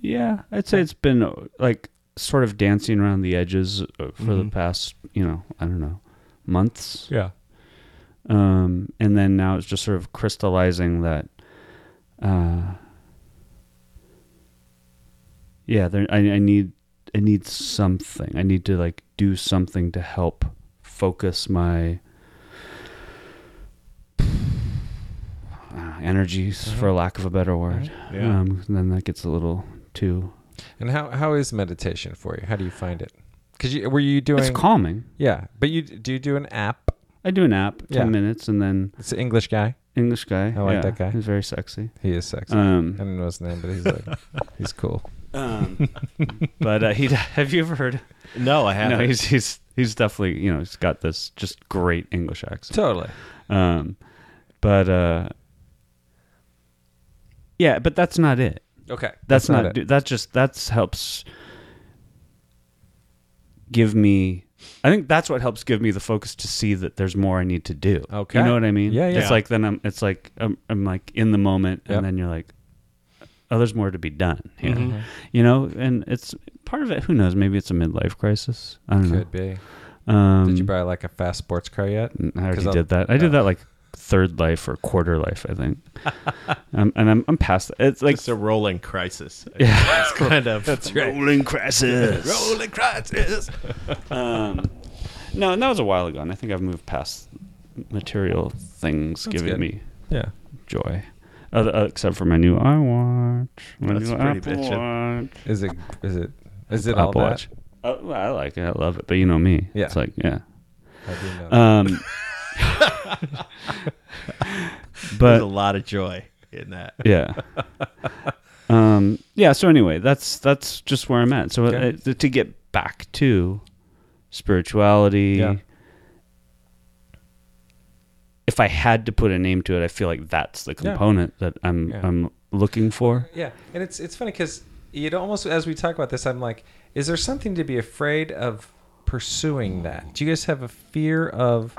[SPEAKER 3] yeah, I'd say it's been uh, like sort of dancing around the edges uh, for the past, you know, I don't know, months.
[SPEAKER 2] Yeah.
[SPEAKER 3] Um, and then now it's just sort of crystallizing that. Uh, yeah, there, I, I need I need something. I need to like do something to help focus my uh, energies, for lack of a better word.
[SPEAKER 1] Yeah.
[SPEAKER 3] Um, and then that gets a little too.
[SPEAKER 2] And how how is meditation for you? How do you find it? Because you were you doing?
[SPEAKER 3] It's calming.
[SPEAKER 2] Yeah, but you do you do an app?
[SPEAKER 3] I do an app, ten
[SPEAKER 2] Yeah.
[SPEAKER 3] minutes, and then
[SPEAKER 2] It's an English guy.
[SPEAKER 3] English guy.
[SPEAKER 2] I like
[SPEAKER 3] yeah,
[SPEAKER 2] that guy.
[SPEAKER 3] He's very sexy.
[SPEAKER 2] He is sexy. I
[SPEAKER 3] Um,
[SPEAKER 2] don't know his name, but he's like, he's cool.
[SPEAKER 3] Um, but uh, he have you ever heard?
[SPEAKER 1] No, I haven't.
[SPEAKER 3] No, he's he's he's definitely you know he's got this just great English accent.
[SPEAKER 2] Totally.
[SPEAKER 3] Um, but uh, yeah, but that's not it.
[SPEAKER 2] Okay.
[SPEAKER 3] That's, not,
[SPEAKER 2] it.
[SPEAKER 3] that just that's helps give me. I think that's what helps give me the focus to see that there's more I need to do.
[SPEAKER 2] Okay.
[SPEAKER 3] you know what I mean?
[SPEAKER 2] Yeah, yeah.
[SPEAKER 3] It's like then I'm it's like I'm, I'm like in the moment,
[SPEAKER 2] Yep. Mm-hmm.
[SPEAKER 3] and then you're like, oh, there's more to be done here. You know, and it's part of it. Who knows? Maybe it's a midlife crisis. I don't know.
[SPEAKER 2] Could be.
[SPEAKER 3] Mm-hmm. Um,
[SPEAKER 2] Did you buy like a fast sports car yet?
[SPEAKER 3] I
[SPEAKER 2] 'Cause
[SPEAKER 3] already
[SPEAKER 2] I'll-
[SPEAKER 3] did that. I did that like third life or quarter life, I think. um, and I'm I'm past that. It's like
[SPEAKER 1] it's a rolling crisis. Yeah. It's kind of. That's
[SPEAKER 3] rolling crisis.
[SPEAKER 1] Rolling crisis.
[SPEAKER 3] Um, no, and that was a while ago, and I think I've moved past material things giving
[SPEAKER 2] good.
[SPEAKER 3] me
[SPEAKER 2] Yeah.
[SPEAKER 3] joy, Other, uh, except for my new iWatch, my
[SPEAKER 1] That's
[SPEAKER 3] new
[SPEAKER 1] pretty
[SPEAKER 3] Apple
[SPEAKER 1] bitchin'.
[SPEAKER 3] Watch.
[SPEAKER 2] Is it? Is it? Is it all
[SPEAKER 3] Apple
[SPEAKER 2] that?
[SPEAKER 3] Watch. Uh, well, I like it. I love it. But you know me.
[SPEAKER 2] Yeah.
[SPEAKER 3] It's like yeah.
[SPEAKER 2] I do know that.
[SPEAKER 3] Um,
[SPEAKER 1] There's a
[SPEAKER 3] but
[SPEAKER 1] lot of joy in that.
[SPEAKER 3] yeah. Um, yeah. So anyway, that's that's just where I'm at. So uh, to get back to spirituality.
[SPEAKER 2] Yeah.
[SPEAKER 3] If I had to put a name to it, I feel like that's the component that I'm
[SPEAKER 2] Yeah.
[SPEAKER 3] I'm looking for.
[SPEAKER 2] Yeah, and it's it's funny because you'd almost as we talk about this, I'm like, is there something to be afraid of pursuing that? Do you guys have a fear of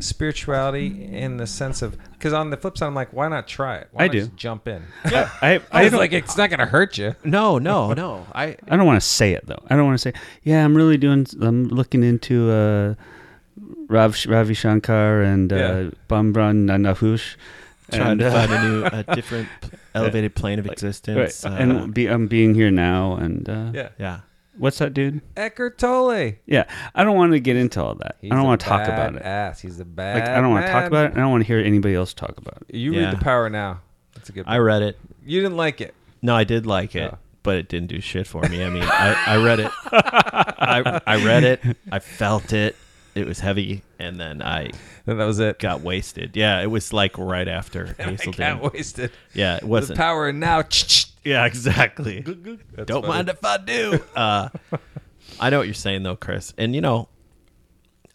[SPEAKER 2] spirituality in the sense of because on the flip side, I'm like, why not try it? Why
[SPEAKER 3] I
[SPEAKER 2] not
[SPEAKER 3] do.
[SPEAKER 2] just jump in.
[SPEAKER 3] I
[SPEAKER 2] I,
[SPEAKER 3] I,
[SPEAKER 2] was
[SPEAKER 3] don't,
[SPEAKER 2] like, it's not gonna hurt you.
[SPEAKER 1] No, no, no. I
[SPEAKER 3] I don't want to say it though. I don't want to say, yeah, I'm really doing. I'm looking into uh, Rav, Ravi Shankar and
[SPEAKER 2] Yeah.
[SPEAKER 3] uh, Bamran Nanahush.
[SPEAKER 1] trying
[SPEAKER 3] and,
[SPEAKER 1] to
[SPEAKER 3] uh,
[SPEAKER 1] find a new, a different elevated plane of existence.
[SPEAKER 3] right,
[SPEAKER 1] uh,
[SPEAKER 3] and be, I'm being here now. And uh,
[SPEAKER 2] Yeah,
[SPEAKER 1] yeah,
[SPEAKER 3] what's that dude?
[SPEAKER 2] Eckhart Tolle.
[SPEAKER 3] Yeah, I don't want to get into all that. I don't want to talk about it.
[SPEAKER 2] Ass. He's a bad.
[SPEAKER 3] Like I don't want to talk
[SPEAKER 2] man.
[SPEAKER 3] about it. and I don't want to hear anybody else talk about it.
[SPEAKER 2] You
[SPEAKER 1] Yeah.
[SPEAKER 2] read the Power Now. That's a good.
[SPEAKER 1] I read it.
[SPEAKER 2] you didn't like it.
[SPEAKER 1] No, I did like it, but it didn't do shit for me. I mean, I, I read it. I, I read it. I felt it. It was heavy, and then I
[SPEAKER 2] And that was it.
[SPEAKER 1] got wasted. Yeah, it was like right after
[SPEAKER 2] I
[SPEAKER 1] Hazel
[SPEAKER 2] got
[SPEAKER 1] did.
[SPEAKER 2] wasted.
[SPEAKER 1] Yeah, it
[SPEAKER 2] The
[SPEAKER 1] wasn't.
[SPEAKER 2] Power Now.
[SPEAKER 1] yeah, exactly. Don't
[SPEAKER 2] funny.
[SPEAKER 1] mind if I do. Uh, I know what you're saying though, Chris. And you know,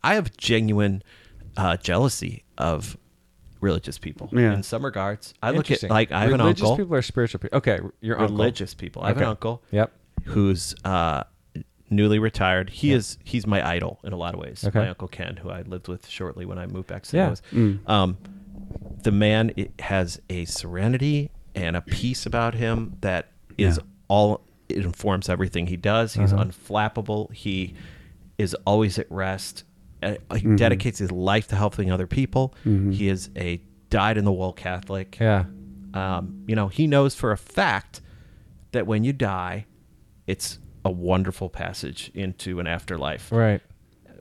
[SPEAKER 1] I have genuine uh, jealousy of religious people
[SPEAKER 3] Yeah.
[SPEAKER 1] in some regards. I look at
[SPEAKER 2] Interesting.
[SPEAKER 1] like I have
[SPEAKER 2] religious
[SPEAKER 1] an uncle,
[SPEAKER 2] people are spiritual people. Okay, r- your uncle.
[SPEAKER 1] religious people. I have an
[SPEAKER 2] Okay.
[SPEAKER 1] uncle
[SPEAKER 2] Yep.
[SPEAKER 1] who's uh, newly retired. He is he's my idol in a lot of ways.
[SPEAKER 2] Okay.
[SPEAKER 1] My uncle Ken, who I lived with shortly when I moved back to St.
[SPEAKER 2] Yeah. Mm.
[SPEAKER 1] Louis. Um, the man i- has a serenity and a peace about him that is
[SPEAKER 3] Yeah.
[SPEAKER 1] all it informs everything he does. He's
[SPEAKER 2] Uh-huh.
[SPEAKER 1] unflappable. He is always at rest. Uh, He
[SPEAKER 2] Mm-hmm.
[SPEAKER 1] dedicates his life to helping other people. He is a died in the wool Catholic
[SPEAKER 2] Yeah.
[SPEAKER 1] um, you know, he knows for a fact that when you die, it's a wonderful passage into an afterlife
[SPEAKER 2] Right.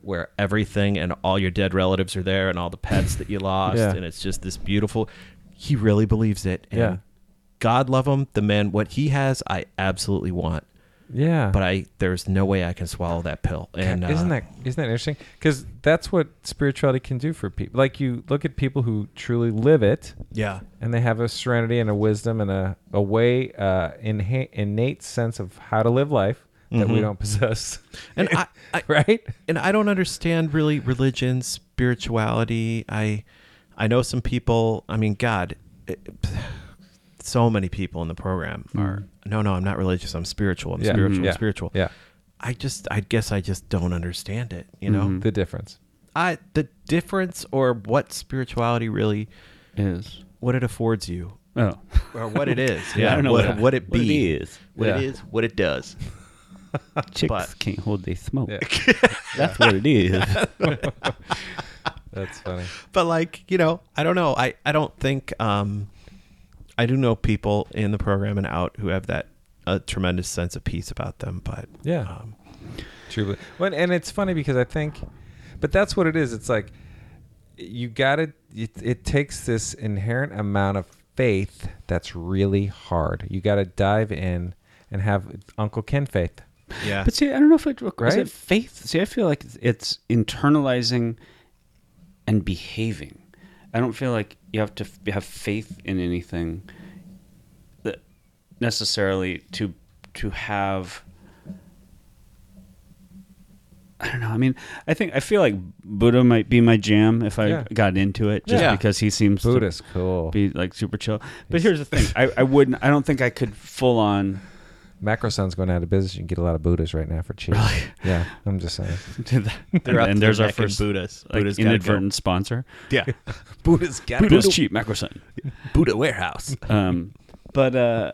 [SPEAKER 1] where everything and all your dead relatives are there and all the pets that you lost.
[SPEAKER 2] Yeah.
[SPEAKER 1] And it's just this beautiful. He really believes it. And
[SPEAKER 2] Yeah.
[SPEAKER 1] God love him. The man, what he has, I absolutely want.
[SPEAKER 2] Yeah.
[SPEAKER 1] But I, there's no way I can swallow that pill. And
[SPEAKER 2] isn't
[SPEAKER 1] uh,
[SPEAKER 2] that isn't that interesting? Because that's what spirituality can do for people. Like you look at people who truly live it,
[SPEAKER 1] Yeah.
[SPEAKER 2] and they have a serenity and a wisdom and a a way uh, inha- innate sense of how to live life that we don't possess.
[SPEAKER 1] Mm-hmm. And I, I, Mm.
[SPEAKER 2] right?
[SPEAKER 1] and I don't understand really religion, spirituality. I I know some people. I mean, God, it, so many people in the program are. No, no, I'm not religious. I'm spiritual. I'm
[SPEAKER 2] Yeah.
[SPEAKER 1] spiritual.
[SPEAKER 2] Mhm. Yeah.
[SPEAKER 1] I'm spiritual.
[SPEAKER 2] Yeah.
[SPEAKER 1] I just, I guess, I just don't understand it. You know,
[SPEAKER 2] The difference.
[SPEAKER 1] I the difference or what spirituality really,
[SPEAKER 3] Is
[SPEAKER 1] what it affords you
[SPEAKER 3] oh
[SPEAKER 1] or what it is.
[SPEAKER 3] I don't know
[SPEAKER 1] what,
[SPEAKER 3] what-
[SPEAKER 1] what it
[SPEAKER 3] what it
[SPEAKER 1] be
[SPEAKER 3] is.
[SPEAKER 1] What it
[SPEAKER 2] Yeah.
[SPEAKER 1] is, what it does.
[SPEAKER 3] chicks
[SPEAKER 1] But-
[SPEAKER 3] can't hold they smoke.
[SPEAKER 2] Yeah.
[SPEAKER 3] That's what it is.
[SPEAKER 2] That's funny.
[SPEAKER 1] but like you know i don't know i i don't think um i do know people in the program and out who have that a tremendous sense of peace about them but
[SPEAKER 2] Yeah.
[SPEAKER 1] um,
[SPEAKER 2] Truly. Well, and it's funny because I think, but that's what it is. It's like you gotta. It, it takes this inherent amount of faith that's really hard. You gotta dive in and have Uncle Ken faith.
[SPEAKER 1] yeah
[SPEAKER 3] But see, I don't know if it requires
[SPEAKER 2] Right?
[SPEAKER 3] it faith. See, I feel like it's- it's internalizing and behaving. I don't feel like you have to f- have faith in anything that necessarily to to have. I don't know. I mean, I think I feel like Buddha might be my jam if I
[SPEAKER 2] Yeah.
[SPEAKER 3] got into it, just
[SPEAKER 1] Yeah.
[SPEAKER 3] because he seems to
[SPEAKER 2] Buddha's cool.
[SPEAKER 3] be like super chill. But here's the thing: I, I wouldn't. I don't think I could full on.
[SPEAKER 2] Macrosun's going out of business. You can get a lot of Buddhas right now for cheap. Yeah, I'm just saying.
[SPEAKER 3] and,
[SPEAKER 1] they're up
[SPEAKER 3] and
[SPEAKER 1] to
[SPEAKER 3] there's
[SPEAKER 1] their
[SPEAKER 3] our
[SPEAKER 1] neck in
[SPEAKER 3] first
[SPEAKER 1] buddhas
[SPEAKER 3] like,
[SPEAKER 1] buddha's gotta go.
[SPEAKER 3] inadvertent sponsor.
[SPEAKER 1] yeah
[SPEAKER 2] Buddha's got
[SPEAKER 3] Buddha's cheap, Macrosun.
[SPEAKER 1] buddha warehouse
[SPEAKER 3] Um, but uh,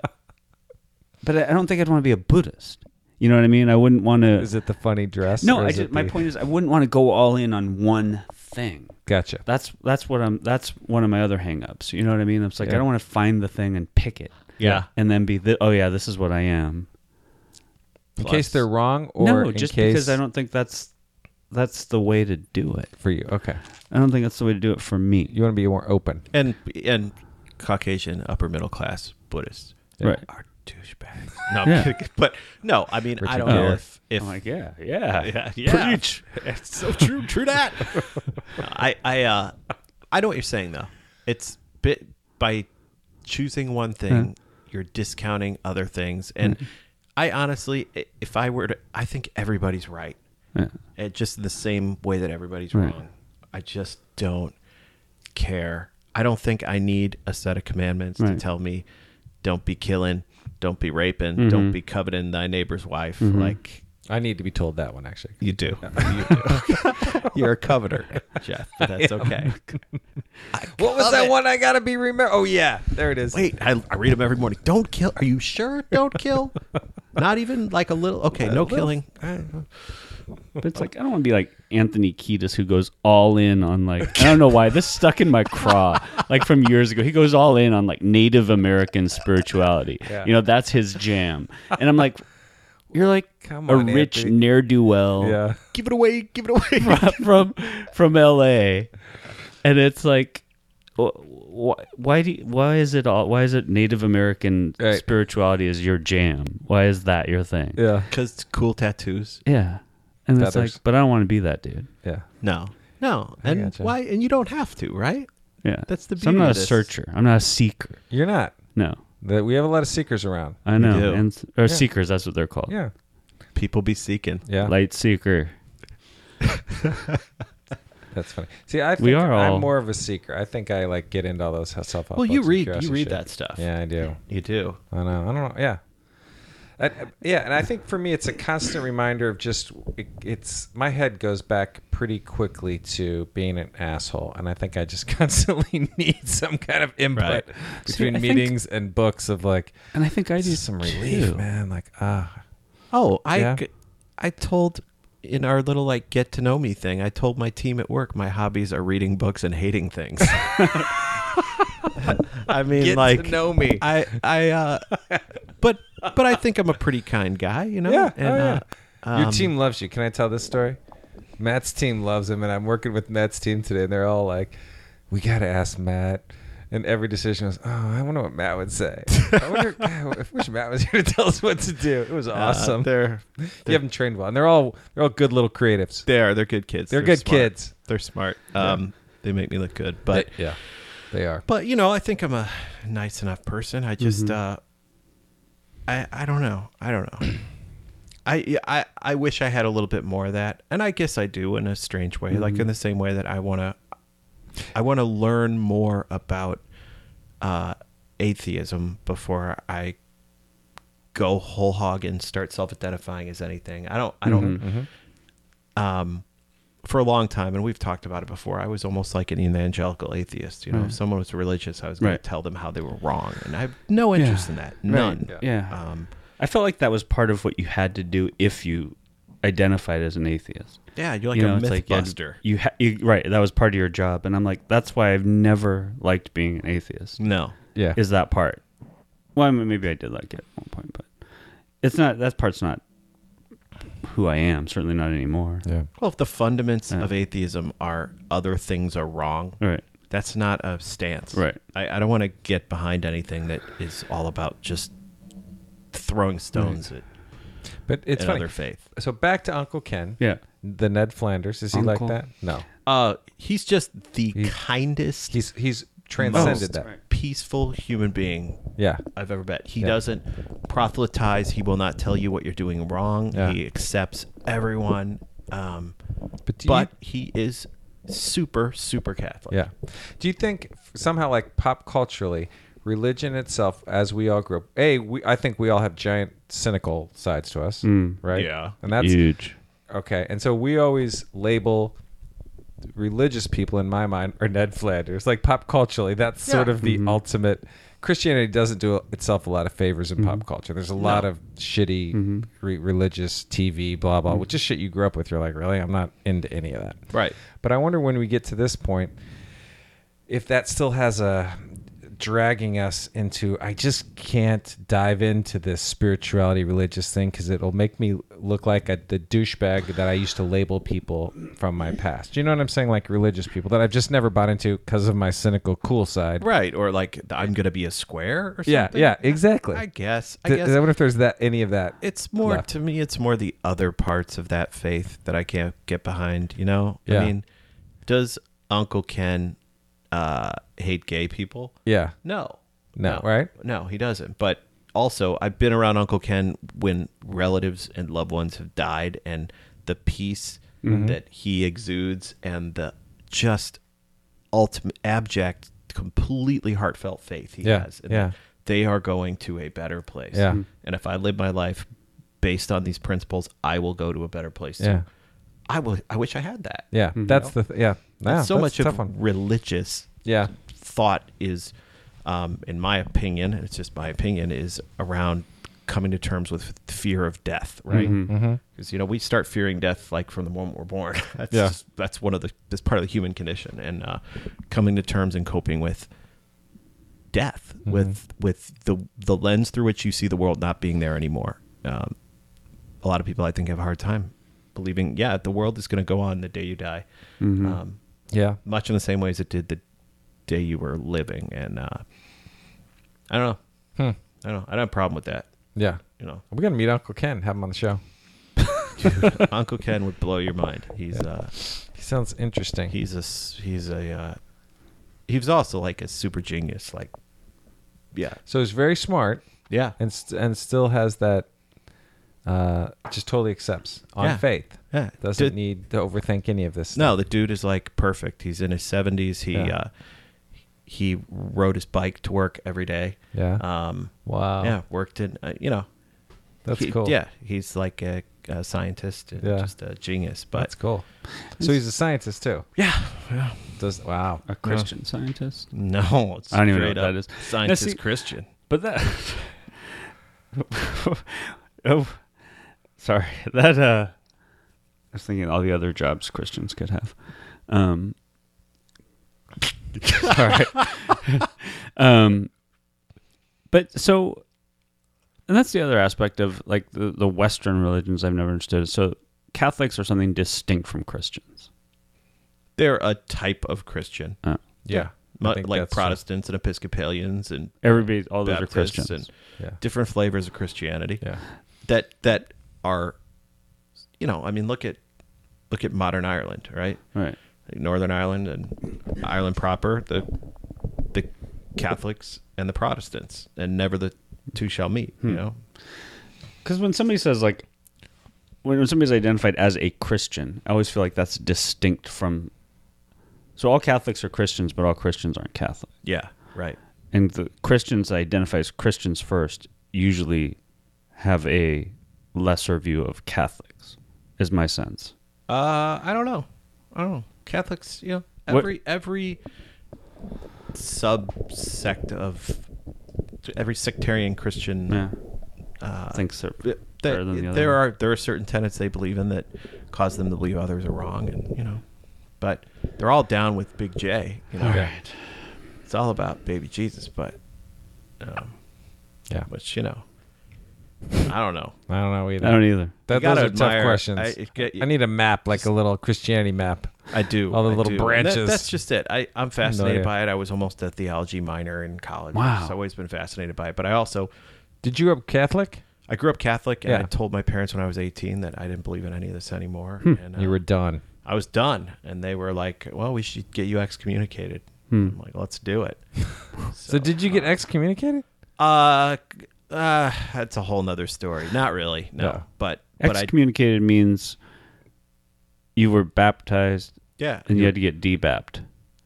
[SPEAKER 3] but I I don't think I'd want to be a Buddhist. You know what I mean? I wouldn't want to.
[SPEAKER 2] Is it the funny dress?
[SPEAKER 3] no,
[SPEAKER 2] or
[SPEAKER 3] I
[SPEAKER 2] is
[SPEAKER 3] just,
[SPEAKER 2] it
[SPEAKER 3] my
[SPEAKER 2] the-
[SPEAKER 3] point is I wouldn't want to go all in on one thing.
[SPEAKER 2] Gotcha.
[SPEAKER 3] That's that's what I'm. That's one of my other hangups. You know what I mean? It's like
[SPEAKER 2] Yeah.
[SPEAKER 3] I don't want to find the thing and pick it.
[SPEAKER 1] Yeah.
[SPEAKER 3] And then be the, oh yeah, this is what I am.
[SPEAKER 2] In case they're wrong, or
[SPEAKER 3] no,
[SPEAKER 2] in
[SPEAKER 3] just
[SPEAKER 2] case
[SPEAKER 3] because I don't think that's that's the way to do it.
[SPEAKER 2] for you. Okay,
[SPEAKER 3] I don't think that's the way to do it for me.
[SPEAKER 2] you want to be more open.
[SPEAKER 1] and and caucasian upper middle class buddhists
[SPEAKER 3] Right.
[SPEAKER 1] are douchebags no I'm
[SPEAKER 3] Yeah.
[SPEAKER 1] kidding. but no i mean i
[SPEAKER 2] Richard
[SPEAKER 1] don't know
[SPEAKER 2] Gere.
[SPEAKER 1] if if
[SPEAKER 3] I'm like, yeah, yeah,
[SPEAKER 1] yeah, yeah.
[SPEAKER 3] Preach.
[SPEAKER 1] It's so true, true that. I I uh I know what you're saying though. It's bit by choosing one thing, you're Mm-hmm. discounting other things, and I honestly, i- if I were to, I think everybody's right. It just the same way that everybody's
[SPEAKER 3] Right.
[SPEAKER 1] wrong. I just don't care. I don't think I need a set of commandments to
[SPEAKER 3] Right.
[SPEAKER 1] tell me don't be killing, don't be raping, don't be coveting thy neighbor's wife. Like
[SPEAKER 2] I need to be told that one actually.
[SPEAKER 1] you do. You do. You're a coveter, Jeff, but that's okay.
[SPEAKER 2] What was
[SPEAKER 1] Love
[SPEAKER 2] that
[SPEAKER 1] it.
[SPEAKER 2] one I gotta be remember? Oh yeah, there it is.
[SPEAKER 1] Wait, I, I read them every morning. Don't kill. Are you sure? Don't kill. Not even like a little. Okay, no killing.
[SPEAKER 3] But
[SPEAKER 2] Oh.
[SPEAKER 3] it's like I don't want to be like Anthony Kiedis who goes all in on like I don't know why this stuck in my craw like from years ago. He goes all in on like Native American spirituality. You know that's his jam, and I'm like, you're like
[SPEAKER 2] Come
[SPEAKER 3] a
[SPEAKER 2] on,
[SPEAKER 3] rich
[SPEAKER 2] Anthony.
[SPEAKER 3] ne'er do well
[SPEAKER 2] Yeah.
[SPEAKER 1] Give it away. Give it away.
[SPEAKER 3] from from L.A. And it's like, why, why do you, why is it all why is it Native American
[SPEAKER 2] Right.
[SPEAKER 3] spirituality is your jam? Why is that your thing?
[SPEAKER 2] Yeah.
[SPEAKER 1] Because cool tattoos.
[SPEAKER 3] Yeah. And it's
[SPEAKER 2] Feathers.
[SPEAKER 3] like, but I don't want to be that dude.
[SPEAKER 2] Yeah.
[SPEAKER 1] No, no. And
[SPEAKER 2] gotcha.
[SPEAKER 1] why? And you don't have to, right?
[SPEAKER 3] Yeah.
[SPEAKER 1] That's the
[SPEAKER 3] I'm
[SPEAKER 1] beauty
[SPEAKER 3] not
[SPEAKER 1] of
[SPEAKER 3] a
[SPEAKER 1] this.
[SPEAKER 3] searcher. I'm not a seeker.
[SPEAKER 2] You're not.
[SPEAKER 3] No.
[SPEAKER 2] That we have a lot of seekers around.
[SPEAKER 3] I know.
[SPEAKER 1] do.
[SPEAKER 3] And or seekers, that's what they're called.
[SPEAKER 2] Yeah.
[SPEAKER 1] People be seeking.
[SPEAKER 2] Yeah.
[SPEAKER 3] Light seeker.
[SPEAKER 2] That's funny. See, I think
[SPEAKER 3] We are all-
[SPEAKER 2] I'm more of a seeker. I think I like get into all those self help.
[SPEAKER 1] Well, you read- you read that stuff.
[SPEAKER 2] Yeah, I do.
[SPEAKER 1] You do.
[SPEAKER 2] I know. I don't know. Yeah. I, yeah, and I think for me, it's a constant reminder of just it, it's my head goes back pretty quickly to being an asshole, and I think I just constantly need some kind of input
[SPEAKER 1] Right.
[SPEAKER 2] between
[SPEAKER 3] I think-
[SPEAKER 2] meetings and books of like
[SPEAKER 3] And I think I do
[SPEAKER 2] this is some relief,
[SPEAKER 3] too.
[SPEAKER 2] man. Like ah,
[SPEAKER 1] Oh, I,
[SPEAKER 2] Yeah.
[SPEAKER 1] g- I told in our little like get to know me thing. I told my team at work my hobbies are reading books and hating things. I mean,
[SPEAKER 2] Get to
[SPEAKER 1] like
[SPEAKER 2] know me.
[SPEAKER 1] I, I, uh, but, but I think I'm a pretty kind guy, you know.
[SPEAKER 2] Yeah,
[SPEAKER 1] And,
[SPEAKER 2] oh, yeah.
[SPEAKER 1] uh,
[SPEAKER 2] Your team loves you. Can I tell this story? Matt's team loves him, and I'm working with Matt's team today, and they're all like, "We got to ask Matt." And every decision was, "Oh, I wonder what Matt would say." I wonder. I wish Matt was here to tell us what to do. It was awesome.
[SPEAKER 1] Uh, They're
[SPEAKER 2] you haven't trained well, and they're all they're all good little creatives.
[SPEAKER 1] they are they're good kids.
[SPEAKER 2] They're good
[SPEAKER 1] smart.
[SPEAKER 2] kids.
[SPEAKER 1] They're smart. Um, they make me look good, but
[SPEAKER 2] yeah, they are.
[SPEAKER 1] but you know, I think I'm a nice enough person. I just
[SPEAKER 2] Mm-hmm.
[SPEAKER 1] uh, I I don't know. I don't know. I, yeah, I I wish I had a little bit more of that, and I guess I do in a strange way, like in the same way that I want to I want to learn more about uh, atheism before I go whole hog and start self-identifying as anything. I don't. I don't. Um, for a long time, and we've talked about it before. I was almost like an evangelical atheist. You know, if someone was religious, I was going
[SPEAKER 3] Right.
[SPEAKER 1] to tell them how they were wrong, and I have no interest in that. None.
[SPEAKER 3] Yeah.
[SPEAKER 1] Um,
[SPEAKER 3] I felt like that was part of what you had to do if you identified as an atheist.
[SPEAKER 1] yeah, you're like
[SPEAKER 3] you
[SPEAKER 1] a
[SPEAKER 3] know,
[SPEAKER 1] myth
[SPEAKER 3] it's like you had-
[SPEAKER 1] buster.
[SPEAKER 3] You, ha- you right, that was part of your job, and I'm like, that's why I've never liked being an atheist.
[SPEAKER 1] No.
[SPEAKER 2] Yeah,
[SPEAKER 3] Is that part? Well, I mean, maybe I did like it at one point, but it's not. That part's not who I am. Certainly not anymore.
[SPEAKER 2] yeah.
[SPEAKER 1] Well, if the fundaments of atheism are other things are wrong,
[SPEAKER 3] Uh-huh. Right.
[SPEAKER 1] that's not a stance.
[SPEAKER 3] Right.
[SPEAKER 1] I, I don't want to get behind anything that is all about just throwing stones
[SPEAKER 2] But
[SPEAKER 1] at
[SPEAKER 2] it's funny.
[SPEAKER 1] another faith.
[SPEAKER 2] So back to Uncle Ken.
[SPEAKER 3] Yeah.
[SPEAKER 2] The Ned Flanders is he
[SPEAKER 3] Uncle-
[SPEAKER 2] like that? No,
[SPEAKER 1] Uh, he's just the kindest,
[SPEAKER 2] he's he's transcended
[SPEAKER 1] most
[SPEAKER 2] that.
[SPEAKER 1] peaceful human being
[SPEAKER 2] Yeah.
[SPEAKER 1] I've ever met. He doesn't proselytize. He will not tell you what you're doing wrong.
[SPEAKER 2] Yeah.
[SPEAKER 1] He accepts everyone. Um,
[SPEAKER 2] But do you-
[SPEAKER 1] but he is super, super Catholic.
[SPEAKER 2] Yeah. Do you think f- somehow, like pop culturally, religion itself, as we all grew up, a, we, I think we all have giant cynical sides to us, right?
[SPEAKER 1] Yeah.
[SPEAKER 2] and that's
[SPEAKER 3] Huge.
[SPEAKER 2] okay. And so we always label religious people, in my mind, are Ned Flanders. Like pop culturally, that's sort of the ultimate. Christianity doesn't do itself a lot of favors in pop culture. There's a lot of shitty re- religious TV, blah blah, which is shit you grew up with. You're like, really? I'm not into any of that.
[SPEAKER 1] Right.
[SPEAKER 2] But I wonder when we get to this point, if that still has a dragging us into I just can't dive into this spirituality religious thing because it'll make me look like a, the douchebag that I used to label people from my past. You know what I'm saying? Like religious people that I've just never bought into because of my cynical cool side.
[SPEAKER 1] Right. Or like, th- I'm going to be a square or something.
[SPEAKER 2] Yeah, yeah, exactly.
[SPEAKER 1] I
[SPEAKER 2] I,
[SPEAKER 1] guess. I
[SPEAKER 2] Th-
[SPEAKER 1] guess.
[SPEAKER 2] I wonder if there's that any of that.
[SPEAKER 1] it's more
[SPEAKER 2] left.
[SPEAKER 1] to me. It's more the other parts of that faith that I can't get behind. You know,
[SPEAKER 2] Yeah.
[SPEAKER 1] I mean, does Uncle Ken uh, hate gay people?
[SPEAKER 2] yeah.
[SPEAKER 1] No.
[SPEAKER 2] No, right?
[SPEAKER 1] No, he doesn't. But also, I've been around Uncle Ken when relatives and loved ones have died, and the peace
[SPEAKER 2] Mm-hmm.
[SPEAKER 1] that he exudes and the just ultimate abject, completely heartfelt faith he
[SPEAKER 2] Yeah,
[SPEAKER 1] has. And
[SPEAKER 2] yeah.
[SPEAKER 1] They are going to a better place. Mm-hmm.
[SPEAKER 2] Yeah. Mhm.
[SPEAKER 1] And if I live my life based on these principles, I will go to a better place. too.
[SPEAKER 2] Yeah.
[SPEAKER 1] I will. I wish I had that.
[SPEAKER 2] Yeah, that's the th- yeah. yeah,
[SPEAKER 1] so
[SPEAKER 2] that's
[SPEAKER 1] much
[SPEAKER 2] a
[SPEAKER 1] of
[SPEAKER 2] tough one.
[SPEAKER 1] religious
[SPEAKER 2] Yeah.
[SPEAKER 1] thought is, um, in my opinion, and it's just my opinion, is around coming to terms with fear of death, right? Because you know we start fearing death like from the moment we're born. that's
[SPEAKER 2] Yeah.
[SPEAKER 1] just, that's one of the that's part of the human condition, and uh, coming to terms and coping with death with with the the lens through which you see the world not being there anymore. Um, a lot of people I think have a hard time believing. Yeah, the world is going to go on the day you die. Um,
[SPEAKER 2] Yeah.
[SPEAKER 1] much in the same way as it did the day you were living. And uh, I don't know.
[SPEAKER 2] Hmm.
[SPEAKER 1] I don't. I don't have a problem with that.
[SPEAKER 2] Yeah.
[SPEAKER 1] You know,
[SPEAKER 2] We're gonna meet Uncle Ken, have him on the show.
[SPEAKER 1] Uncle Ken would blow your mind. He's uh,
[SPEAKER 2] He sounds interesting.
[SPEAKER 1] he's a s- he's a uh, he was also like a super genius. Like, yeah,
[SPEAKER 2] so he's very smart
[SPEAKER 1] yeah,
[SPEAKER 2] and st- and still has that uh just totally accepts on
[SPEAKER 1] Yeah.
[SPEAKER 2] faith.
[SPEAKER 1] Yeah.
[SPEAKER 2] Doesn't
[SPEAKER 1] Did-
[SPEAKER 2] need to overthink any of this.
[SPEAKER 1] No, the dude is like perfect. He's in his seventies. He
[SPEAKER 2] Yeah.
[SPEAKER 1] uh, he rode his bike to work every day.
[SPEAKER 2] Yeah.
[SPEAKER 1] Um,
[SPEAKER 2] Wow.
[SPEAKER 1] Yeah, worked in uh, you know.
[SPEAKER 2] That's
[SPEAKER 1] he-
[SPEAKER 2] cool.
[SPEAKER 1] Yeah, he's like a, a scientist. And
[SPEAKER 2] Yeah.
[SPEAKER 1] just a genius. But
[SPEAKER 2] That's cool. So he's a scientist too.
[SPEAKER 1] yeah, yeah.
[SPEAKER 2] Does wow.
[SPEAKER 3] A Christian scientist.
[SPEAKER 1] No, it's
[SPEAKER 3] I don't even know
[SPEAKER 1] straight
[SPEAKER 3] what
[SPEAKER 1] up
[SPEAKER 3] that is. Now,
[SPEAKER 1] Scientist
[SPEAKER 3] see-
[SPEAKER 1] Christian.
[SPEAKER 3] But that. oh, sorry. That uh, I was thinking all the other jobs Christians could have. Um, sorry. um, but so, and that's the other aspect of like the, the Western religions I've never understood. So Catholics are something distinct from Christians.
[SPEAKER 1] They're a type of Christian,
[SPEAKER 3] Uh,
[SPEAKER 2] Yeah. I
[SPEAKER 1] Mu-
[SPEAKER 2] think
[SPEAKER 1] like
[SPEAKER 2] that's true.
[SPEAKER 1] Protestants and Episcopalians and
[SPEAKER 3] everybody, all uh, Oh, those
[SPEAKER 1] Baptists
[SPEAKER 3] are Christians.
[SPEAKER 1] and
[SPEAKER 2] Yeah.
[SPEAKER 1] different flavors of Christianity.
[SPEAKER 2] Yeah.
[SPEAKER 1] that that are, you know, I mean, look at look at modern Ireland, right?
[SPEAKER 3] right.
[SPEAKER 1] Northern Ireland and Ireland proper, the the Catholics and the Protestants, and never the two shall meet.
[SPEAKER 3] Hmm.
[SPEAKER 1] You know,
[SPEAKER 3] Because when somebody says like, when, when somebody's identified as a Christian, I always feel like that's distinct from. So all Catholics are Christians, but all Christians aren't Catholic.
[SPEAKER 1] yeah, right.
[SPEAKER 3] And the Christians that identify as Christians first usually have a lesser view of Catholics, is my sense.
[SPEAKER 1] Uh, I don't know. I don't know. Catholics, you know,
[SPEAKER 3] What-
[SPEAKER 1] every every subsect of every sectarian Christian.
[SPEAKER 3] Yeah. Uh, Thinks they're
[SPEAKER 1] th-
[SPEAKER 3] better than the
[SPEAKER 1] there
[SPEAKER 3] other.
[SPEAKER 1] are there are certain tenets they believe in that cause them to believe others are wrong, and you know, but they're all down with Big J. You know?
[SPEAKER 3] All right.
[SPEAKER 1] It's all about baby Jesus, but um,
[SPEAKER 2] Yeah.
[SPEAKER 1] which you know, I don't know.
[SPEAKER 2] I don't know either.
[SPEAKER 3] I don't either.
[SPEAKER 1] You
[SPEAKER 2] that, those
[SPEAKER 1] gotta
[SPEAKER 2] are
[SPEAKER 1] admire-
[SPEAKER 2] tough questions.
[SPEAKER 1] I-
[SPEAKER 2] I,
[SPEAKER 1] it get-
[SPEAKER 2] need a map, like a little Christianity map.
[SPEAKER 1] I do.
[SPEAKER 2] All the
[SPEAKER 1] I
[SPEAKER 2] little
[SPEAKER 1] do.
[SPEAKER 2] branches.
[SPEAKER 1] That- that's just it. I, I'm fascinated
[SPEAKER 2] idea.
[SPEAKER 1] by it. I was almost a theology minor in college.
[SPEAKER 3] Wow.
[SPEAKER 1] I've always been fascinated by it. But I also,
[SPEAKER 2] Did you up Catholic?
[SPEAKER 1] I grew up Catholic, and I
[SPEAKER 2] Yeah.
[SPEAKER 1] told my parents when I was 18 that I didn't believe in any of this anymore. And, uh,
[SPEAKER 2] Hmm. You were done.
[SPEAKER 1] I was done, and they were like, "Well, we should get you excommunicated." I'm like, "Let's do it."
[SPEAKER 2] Hmm. So, did you get excommunicated?
[SPEAKER 1] Uh, uh, that's a whole nother story. Not really, no.
[SPEAKER 2] No.
[SPEAKER 1] But but I
[SPEAKER 3] Excommunicated means you were baptized
[SPEAKER 1] yeah,
[SPEAKER 3] and you had to get debapped.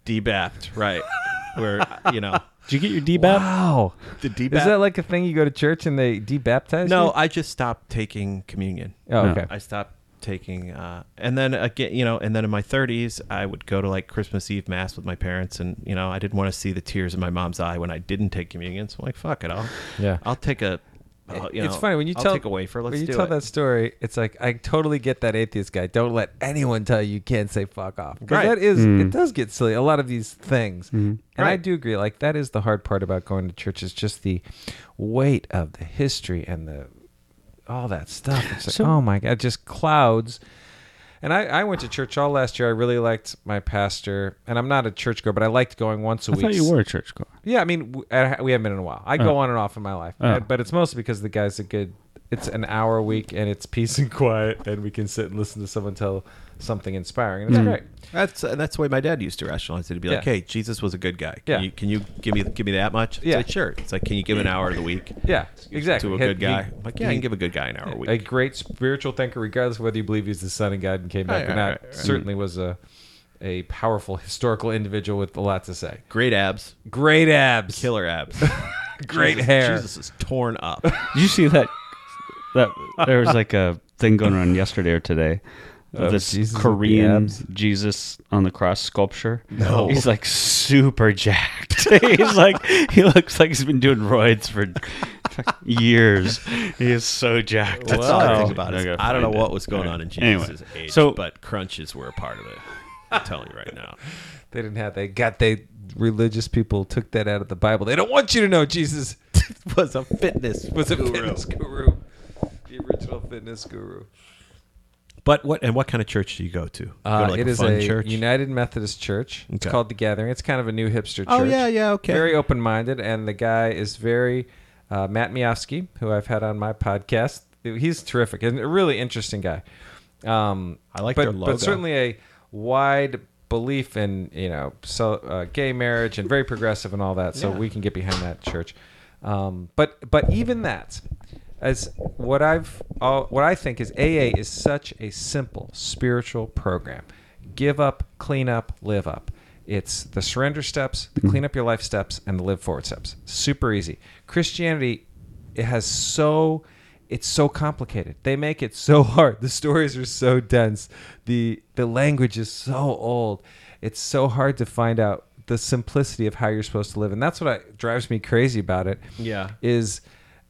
[SPEAKER 1] debapped right where you know
[SPEAKER 3] Did you get your debapped?
[SPEAKER 2] Wow.
[SPEAKER 1] the debapped.
[SPEAKER 2] Is that like a thing you go to church and they debaptize
[SPEAKER 1] no,
[SPEAKER 2] you?
[SPEAKER 1] I just stopped taking communion.
[SPEAKER 2] Oh,
[SPEAKER 3] No.
[SPEAKER 2] okay.
[SPEAKER 1] I stopped taking, uh, and then again, you know, and then in my 30s, I would go to like Christmas Eve mass with my parents, and you know, I didn't want to see the tears in my mom's eye when I didn't take communion, so I'm like, fuck it, I'll,
[SPEAKER 2] Yeah.
[SPEAKER 1] I'll take a, I'll, you
[SPEAKER 2] it's
[SPEAKER 1] know,
[SPEAKER 2] funny when you
[SPEAKER 1] I'll
[SPEAKER 2] tell
[SPEAKER 1] take a wafer. Let's
[SPEAKER 2] when you
[SPEAKER 1] do
[SPEAKER 2] tell
[SPEAKER 1] it.
[SPEAKER 2] that story. It's like I totally get that atheist guy. Don't let anyone tell you you can't say fuck off. 'Cause
[SPEAKER 1] Right.
[SPEAKER 2] That is
[SPEAKER 3] Mm.
[SPEAKER 2] it does get silly. A lot of these things,
[SPEAKER 3] Mm-hmm.
[SPEAKER 2] and I
[SPEAKER 1] Right.
[SPEAKER 2] do agree. Like that is the hard part about going to church is just the weight of the history and the all that stuff. It's like
[SPEAKER 3] So-
[SPEAKER 2] oh my god, just clouds. And I, I went to church all last year. I really liked my pastor, and I'm not a churchgoer, but I liked going once a
[SPEAKER 3] I
[SPEAKER 2] week.
[SPEAKER 3] thought you were a churchgoer.
[SPEAKER 1] Oh.
[SPEAKER 2] Yeah, I mean, w- I- we haven't been in a while. I go on and off in my life,
[SPEAKER 3] Oh.
[SPEAKER 2] but it's mostly because the guy's a good it's an hour a week and it's peace and quiet and we can sit and listen to someone tell something inspiring
[SPEAKER 1] Hmm.
[SPEAKER 2] and it's great
[SPEAKER 1] That's uh, that's the way my dad used to rationalize it. He'd be like,
[SPEAKER 2] Yeah.
[SPEAKER 1] "Hey, Jesus was a good guy. Can
[SPEAKER 2] Yeah.
[SPEAKER 1] you, can you give me give me that much?" It's
[SPEAKER 2] Yeah.
[SPEAKER 1] like, sure. It's like, can you give an hour of the week?
[SPEAKER 2] yeah exactly
[SPEAKER 1] To a
[SPEAKER 2] Had-
[SPEAKER 1] good guy,
[SPEAKER 2] you-
[SPEAKER 1] I'm like, yeah, I can give a good guy an hour a week.
[SPEAKER 2] a great spiritual thinker, regardless of whether you believe he's the son of God and came back
[SPEAKER 1] Right,
[SPEAKER 2] or
[SPEAKER 1] Oh, right,
[SPEAKER 2] not,
[SPEAKER 1] right, right.
[SPEAKER 2] certainly was a a powerful historical individual with a lot to say.
[SPEAKER 1] Great abs,
[SPEAKER 2] Great abs,
[SPEAKER 1] killer abs,
[SPEAKER 2] great
[SPEAKER 1] Jesus-
[SPEAKER 2] hair.
[SPEAKER 1] Jesus is torn up.
[SPEAKER 3] Did you see that? That there was like a thing going around yesterday or today. Of
[SPEAKER 2] Of
[SPEAKER 3] this
[SPEAKER 2] Jesus with the
[SPEAKER 3] Korean
[SPEAKER 2] abs?
[SPEAKER 3] Jesus on the cross sculpture. No, he's like super jacked. he's like he looks like he's been doing roids for years. He is so jacked.
[SPEAKER 1] That's all I
[SPEAKER 3] Wow.
[SPEAKER 1] think about. Is,
[SPEAKER 3] gotta
[SPEAKER 1] I don't know
[SPEAKER 3] find
[SPEAKER 1] what
[SPEAKER 3] it.
[SPEAKER 1] was going on in
[SPEAKER 3] Anyway,
[SPEAKER 1] Jesus' age,
[SPEAKER 3] so-
[SPEAKER 1] but crunches were a part of it. I'm telling you right now.
[SPEAKER 2] They didn't have. They got. They religious people took that out of the Bible. They don't want you to know Jesus
[SPEAKER 1] was a fitness
[SPEAKER 2] was a fitness guru, the original fitness guru.
[SPEAKER 1] But what and what kind of church do you go to? You go
[SPEAKER 2] Uh,
[SPEAKER 1] to like
[SPEAKER 2] it
[SPEAKER 1] a
[SPEAKER 2] is
[SPEAKER 1] fun
[SPEAKER 2] a
[SPEAKER 1] church.
[SPEAKER 2] United Methodist Church. It's
[SPEAKER 1] Okay.
[SPEAKER 2] called The Gathering. It's kind of a new hipster church.
[SPEAKER 1] Oh, yeah, yeah, okay.
[SPEAKER 2] Very open minded, and the guy is very uh, Matt Miofsky, who I've had on my podcast. He's terrific and a really interesting guy. Um,
[SPEAKER 1] I like
[SPEAKER 2] but,
[SPEAKER 1] their logo.
[SPEAKER 2] but certainly a wide belief in you know so uh, gay marriage and very progressive and all that. So we can get behind that church. Um, but but even that, as what I've uh, what I think is AA is such a simple spiritual program. Give up, clean up, live up. It's the surrender steps, the clean up your life steps, and the live forward steps. Super easy. Christianity, it has so it's so complicated. They make it so hard. The stories are so dense. The the language is so old. It's so hard to find out the simplicity of how you're supposed to live. And that's what I, drives me crazy about it.
[SPEAKER 1] Yeah.
[SPEAKER 2] Is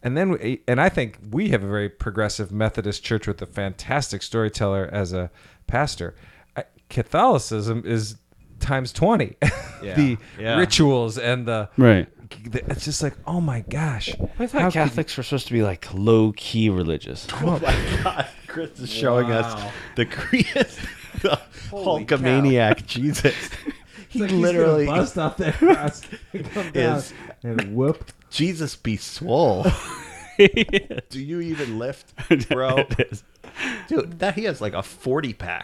[SPEAKER 2] and then we- and I think we have a very progressive Methodist church with a fantastic storyteller as a pastor. I- Catholicism is times 20. the
[SPEAKER 1] Yeah.
[SPEAKER 2] rituals and the
[SPEAKER 3] Right.
[SPEAKER 2] the- it's just like, "Oh my gosh."
[SPEAKER 6] I thought
[SPEAKER 2] how could
[SPEAKER 6] Catholics were supposed to be like low key religious.
[SPEAKER 1] Oh my God! Chris is showing us the greatest the Hulkamaniac Jesus. He literally
[SPEAKER 2] off that cross and come down
[SPEAKER 1] Is-
[SPEAKER 2] and whoop.
[SPEAKER 1] Jesus be swole. Do you even lift, bro? Dude, that he has like a forty pack.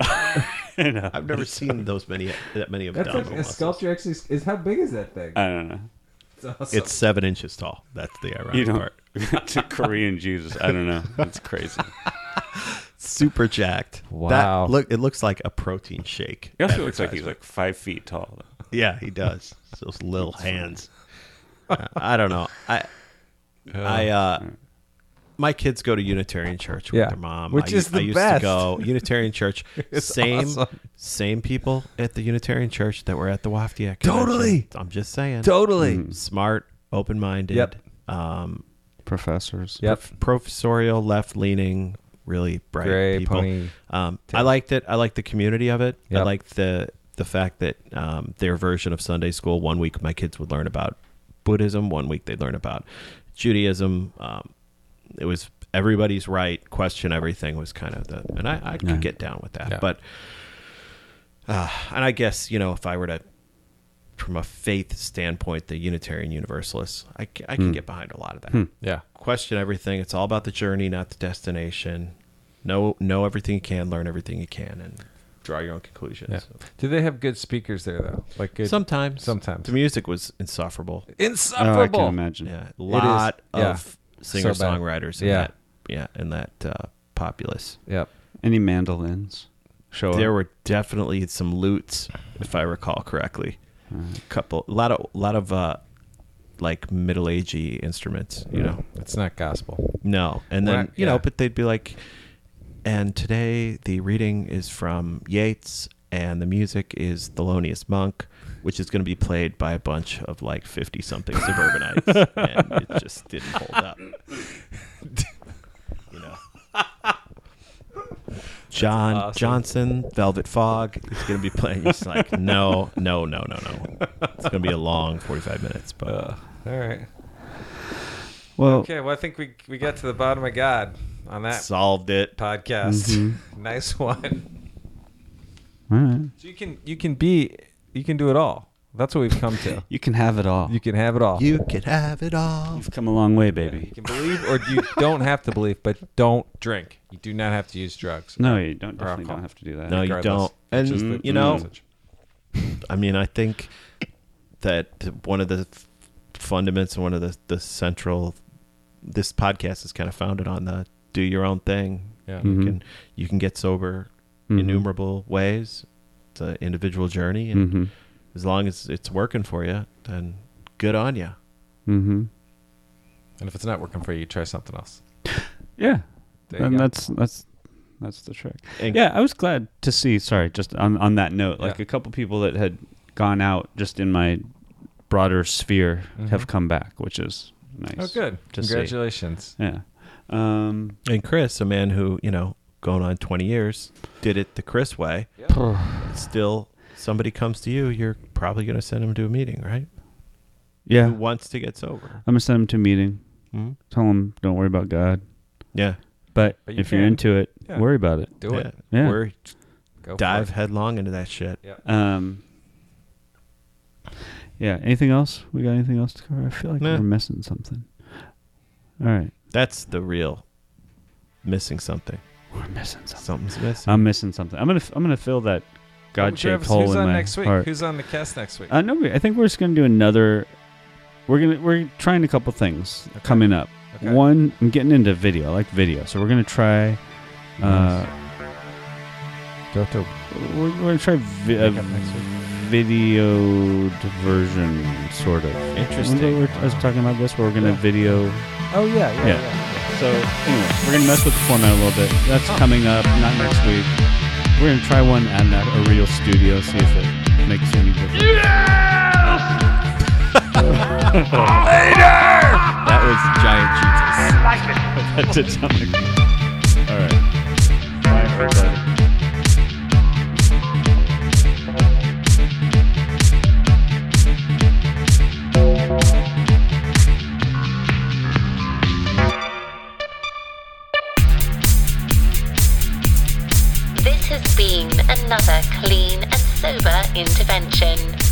[SPEAKER 1] I've never seen those many that many
[SPEAKER 2] That's
[SPEAKER 1] abdominal
[SPEAKER 2] like a
[SPEAKER 1] muscles.
[SPEAKER 2] sculpture. Actually, is how big is that thing?
[SPEAKER 3] I don't know.
[SPEAKER 2] It's
[SPEAKER 3] Uh,
[SPEAKER 2] awesome.
[SPEAKER 1] It's seven inches tall. That's the ironic
[SPEAKER 3] You know,
[SPEAKER 1] part.
[SPEAKER 3] to Korean Jesus. I don't know. That's crazy.
[SPEAKER 1] Super jacked.
[SPEAKER 2] Wow.
[SPEAKER 1] That, look, it looks like a protein shake.
[SPEAKER 3] He also looks like he's like five feet tall.
[SPEAKER 1] Yeah, he does. Those little hands. I don't know. I, I, uh, my kids go to Unitarian Church with
[SPEAKER 2] Yeah,
[SPEAKER 1] their mom.
[SPEAKER 2] which
[SPEAKER 1] I,
[SPEAKER 2] is
[SPEAKER 1] u-
[SPEAKER 2] the
[SPEAKER 1] I used
[SPEAKER 2] best.
[SPEAKER 1] to go Unitarian Church. same,
[SPEAKER 2] awesome.
[SPEAKER 1] same people at the Unitarian Church that were at the Waftiak. convention.
[SPEAKER 2] Totally.
[SPEAKER 1] I'm just saying. Mm.
[SPEAKER 2] totally.
[SPEAKER 1] Smart, open-minded.
[SPEAKER 2] Yep.
[SPEAKER 1] Um,
[SPEAKER 3] Professors.
[SPEAKER 2] Yep.
[SPEAKER 1] professorial, left-leaning, really bright
[SPEAKER 2] Gray
[SPEAKER 1] people.
[SPEAKER 2] pony.
[SPEAKER 1] Um, I liked it. I liked the community of it. I
[SPEAKER 2] Yep.
[SPEAKER 1] liked the the fact that um, their version of Sunday school. One week my kids would learn about Buddhism. One week they'd learn about Judaism. Um, it was everybody's right. Question everything was kind of the, and I, I could
[SPEAKER 3] Yeah.
[SPEAKER 1] get down with that.
[SPEAKER 2] Yeah.
[SPEAKER 1] But uh, and I guess you know if I were to from a faith standpoint, the Unitarian Universalists, I, c- I can get behind a lot of that
[SPEAKER 2] Yeah.
[SPEAKER 1] question everything. It's all about the journey, not the destination. Know know everything you can, learn everything you can, and draw your own conclusions.
[SPEAKER 2] Do they have good speakers there though? Like good
[SPEAKER 1] Sometimes,
[SPEAKER 2] Sometimes.
[SPEAKER 1] the music was insufferable.
[SPEAKER 3] Oh, I
[SPEAKER 2] insufferable.
[SPEAKER 3] can imagine.
[SPEAKER 1] Yeah, a lot
[SPEAKER 2] yeah.
[SPEAKER 1] of singer songwriters. in
[SPEAKER 2] Yeah.
[SPEAKER 1] that, yeah, in that uh, populace.
[SPEAKER 2] Yep.
[SPEAKER 3] Any mandolins? Show
[SPEAKER 1] There
[SPEAKER 3] up.
[SPEAKER 1] were definitely some lutes, if I recall correctly.
[SPEAKER 2] Mm-hmm.
[SPEAKER 1] Couple, a lot of, lot of, uh, like middle agey instruments. You know,
[SPEAKER 2] It's not gospel.
[SPEAKER 1] No. And
[SPEAKER 2] We're
[SPEAKER 1] then,
[SPEAKER 2] not-
[SPEAKER 1] you
[SPEAKER 2] yeah.
[SPEAKER 1] know, but they'd be like, and today the reading is from Yeats and the music is Thelonious Monk, which is going to be played by a bunch of like 50 something suburbanites. and it just didn't hold up. you know. John Johnson, Velvet Fog is going to be playing. It's like, no, no, no, no, no. It's going to be a long 45 minutes, but
[SPEAKER 2] All right.
[SPEAKER 3] Well,
[SPEAKER 2] Okay. Well, I think we we got to the bottom of God on that
[SPEAKER 1] solved it.
[SPEAKER 2] podcast.
[SPEAKER 3] Mm-hmm.
[SPEAKER 2] nice one.
[SPEAKER 3] all right.
[SPEAKER 2] So you can you can be you can do it all. That's what we've come to.
[SPEAKER 3] You can have it all.
[SPEAKER 2] You can have it all.
[SPEAKER 1] You can have it all.
[SPEAKER 3] You've come a long way, baby.
[SPEAKER 2] You can believe or you don't have to believe, but don't drink. You do not have to use drugs.
[SPEAKER 3] No, you don't definitely
[SPEAKER 2] alcohol.
[SPEAKER 3] don't have to do that.
[SPEAKER 1] No, you
[SPEAKER 2] Regardless.
[SPEAKER 1] don't. And
[SPEAKER 2] Just the
[SPEAKER 1] you know,
[SPEAKER 2] message.
[SPEAKER 1] I mean, I think that one of the f- fundaments and one of the, the central this podcast is kind of founded on the do your own thing.
[SPEAKER 2] Yeah.
[SPEAKER 1] You can you can get sober innumerable ways. It's an individual journey, and
[SPEAKER 3] Mm-hmm.
[SPEAKER 1] as long as it's working for you, then good on you.
[SPEAKER 3] Mm-hmm.
[SPEAKER 2] And if it's not working for you, try something else.
[SPEAKER 3] Yeah,
[SPEAKER 2] There you
[SPEAKER 3] and
[SPEAKER 2] go.
[SPEAKER 3] that's that's that's the trick.
[SPEAKER 1] And-
[SPEAKER 3] yeah, I was glad to see. Sorry, just on on that note, like
[SPEAKER 2] Yeah.
[SPEAKER 3] a couple people that had gone out just in my broader sphere
[SPEAKER 2] Mm-hmm.
[SPEAKER 3] have come back, which is nice.
[SPEAKER 2] Oh, good.
[SPEAKER 3] to see.
[SPEAKER 2] Congratulations.
[SPEAKER 3] Yeah. Um,
[SPEAKER 1] And Chris, a man who you know going on twenty years, did it the Chris way. Still, somebody comes to you, you're probably going to send him to a meeting, right?
[SPEAKER 3] yeah,
[SPEAKER 1] Who
[SPEAKER 3] I'm
[SPEAKER 1] wants to get sober?
[SPEAKER 3] gonna send him to a meeting.
[SPEAKER 1] Mhm.
[SPEAKER 3] Tell him don't worry about God,
[SPEAKER 1] Yeah.
[SPEAKER 3] but,
[SPEAKER 2] But you
[SPEAKER 3] if you're
[SPEAKER 2] can.
[SPEAKER 3] into it,
[SPEAKER 2] Yeah.
[SPEAKER 3] worry about it.
[SPEAKER 2] Do
[SPEAKER 1] yeah.
[SPEAKER 2] it.
[SPEAKER 3] Yeah.
[SPEAKER 1] We're
[SPEAKER 2] Go for
[SPEAKER 1] dive
[SPEAKER 2] it.
[SPEAKER 1] headlong into that shit.
[SPEAKER 2] Yeah.
[SPEAKER 3] Um, yeah. Anything else? We got anything else to cover? I feel like
[SPEAKER 1] Nah.
[SPEAKER 3] we're missing something. All right,
[SPEAKER 1] That's the real missing something.
[SPEAKER 3] we're missing something.
[SPEAKER 1] Something's missing.
[SPEAKER 3] I'm missing something. I'm gonna I'm gonna fill that
[SPEAKER 2] Well,
[SPEAKER 3] God shaped
[SPEAKER 2] Travis,
[SPEAKER 3] hole
[SPEAKER 2] Who's
[SPEAKER 3] in
[SPEAKER 2] on
[SPEAKER 3] my
[SPEAKER 2] next week?
[SPEAKER 3] heart.
[SPEAKER 2] Who's on the cast next week?
[SPEAKER 3] uh, no, we- I think we're just gonna do another. We're gonna we're trying a couple things coming up.
[SPEAKER 2] Okay.
[SPEAKER 3] One, I'm getting into video. I like video, so we're gonna try. Uh,
[SPEAKER 2] Go to
[SPEAKER 3] we're, we're gonna try vi- uh, a
[SPEAKER 2] Pick up next week.
[SPEAKER 3] videoed version, sort of.
[SPEAKER 1] Interesting.
[SPEAKER 3] Remember we were, I was talking about this. Where we're gonna
[SPEAKER 2] Yeah.
[SPEAKER 3] video
[SPEAKER 2] Oh yeah, yeah.
[SPEAKER 3] Yeah.
[SPEAKER 2] yeah.
[SPEAKER 3] So, anyway, we're going to mess with the format a little bit. That's coming up, not next week. We're going to try one at that, a real studio, see if it makes any difference.
[SPEAKER 1] That was giant Jesus.
[SPEAKER 3] That's it, something. All right. Bye, everybody.
[SPEAKER 4] This has been another clean and sober intervention.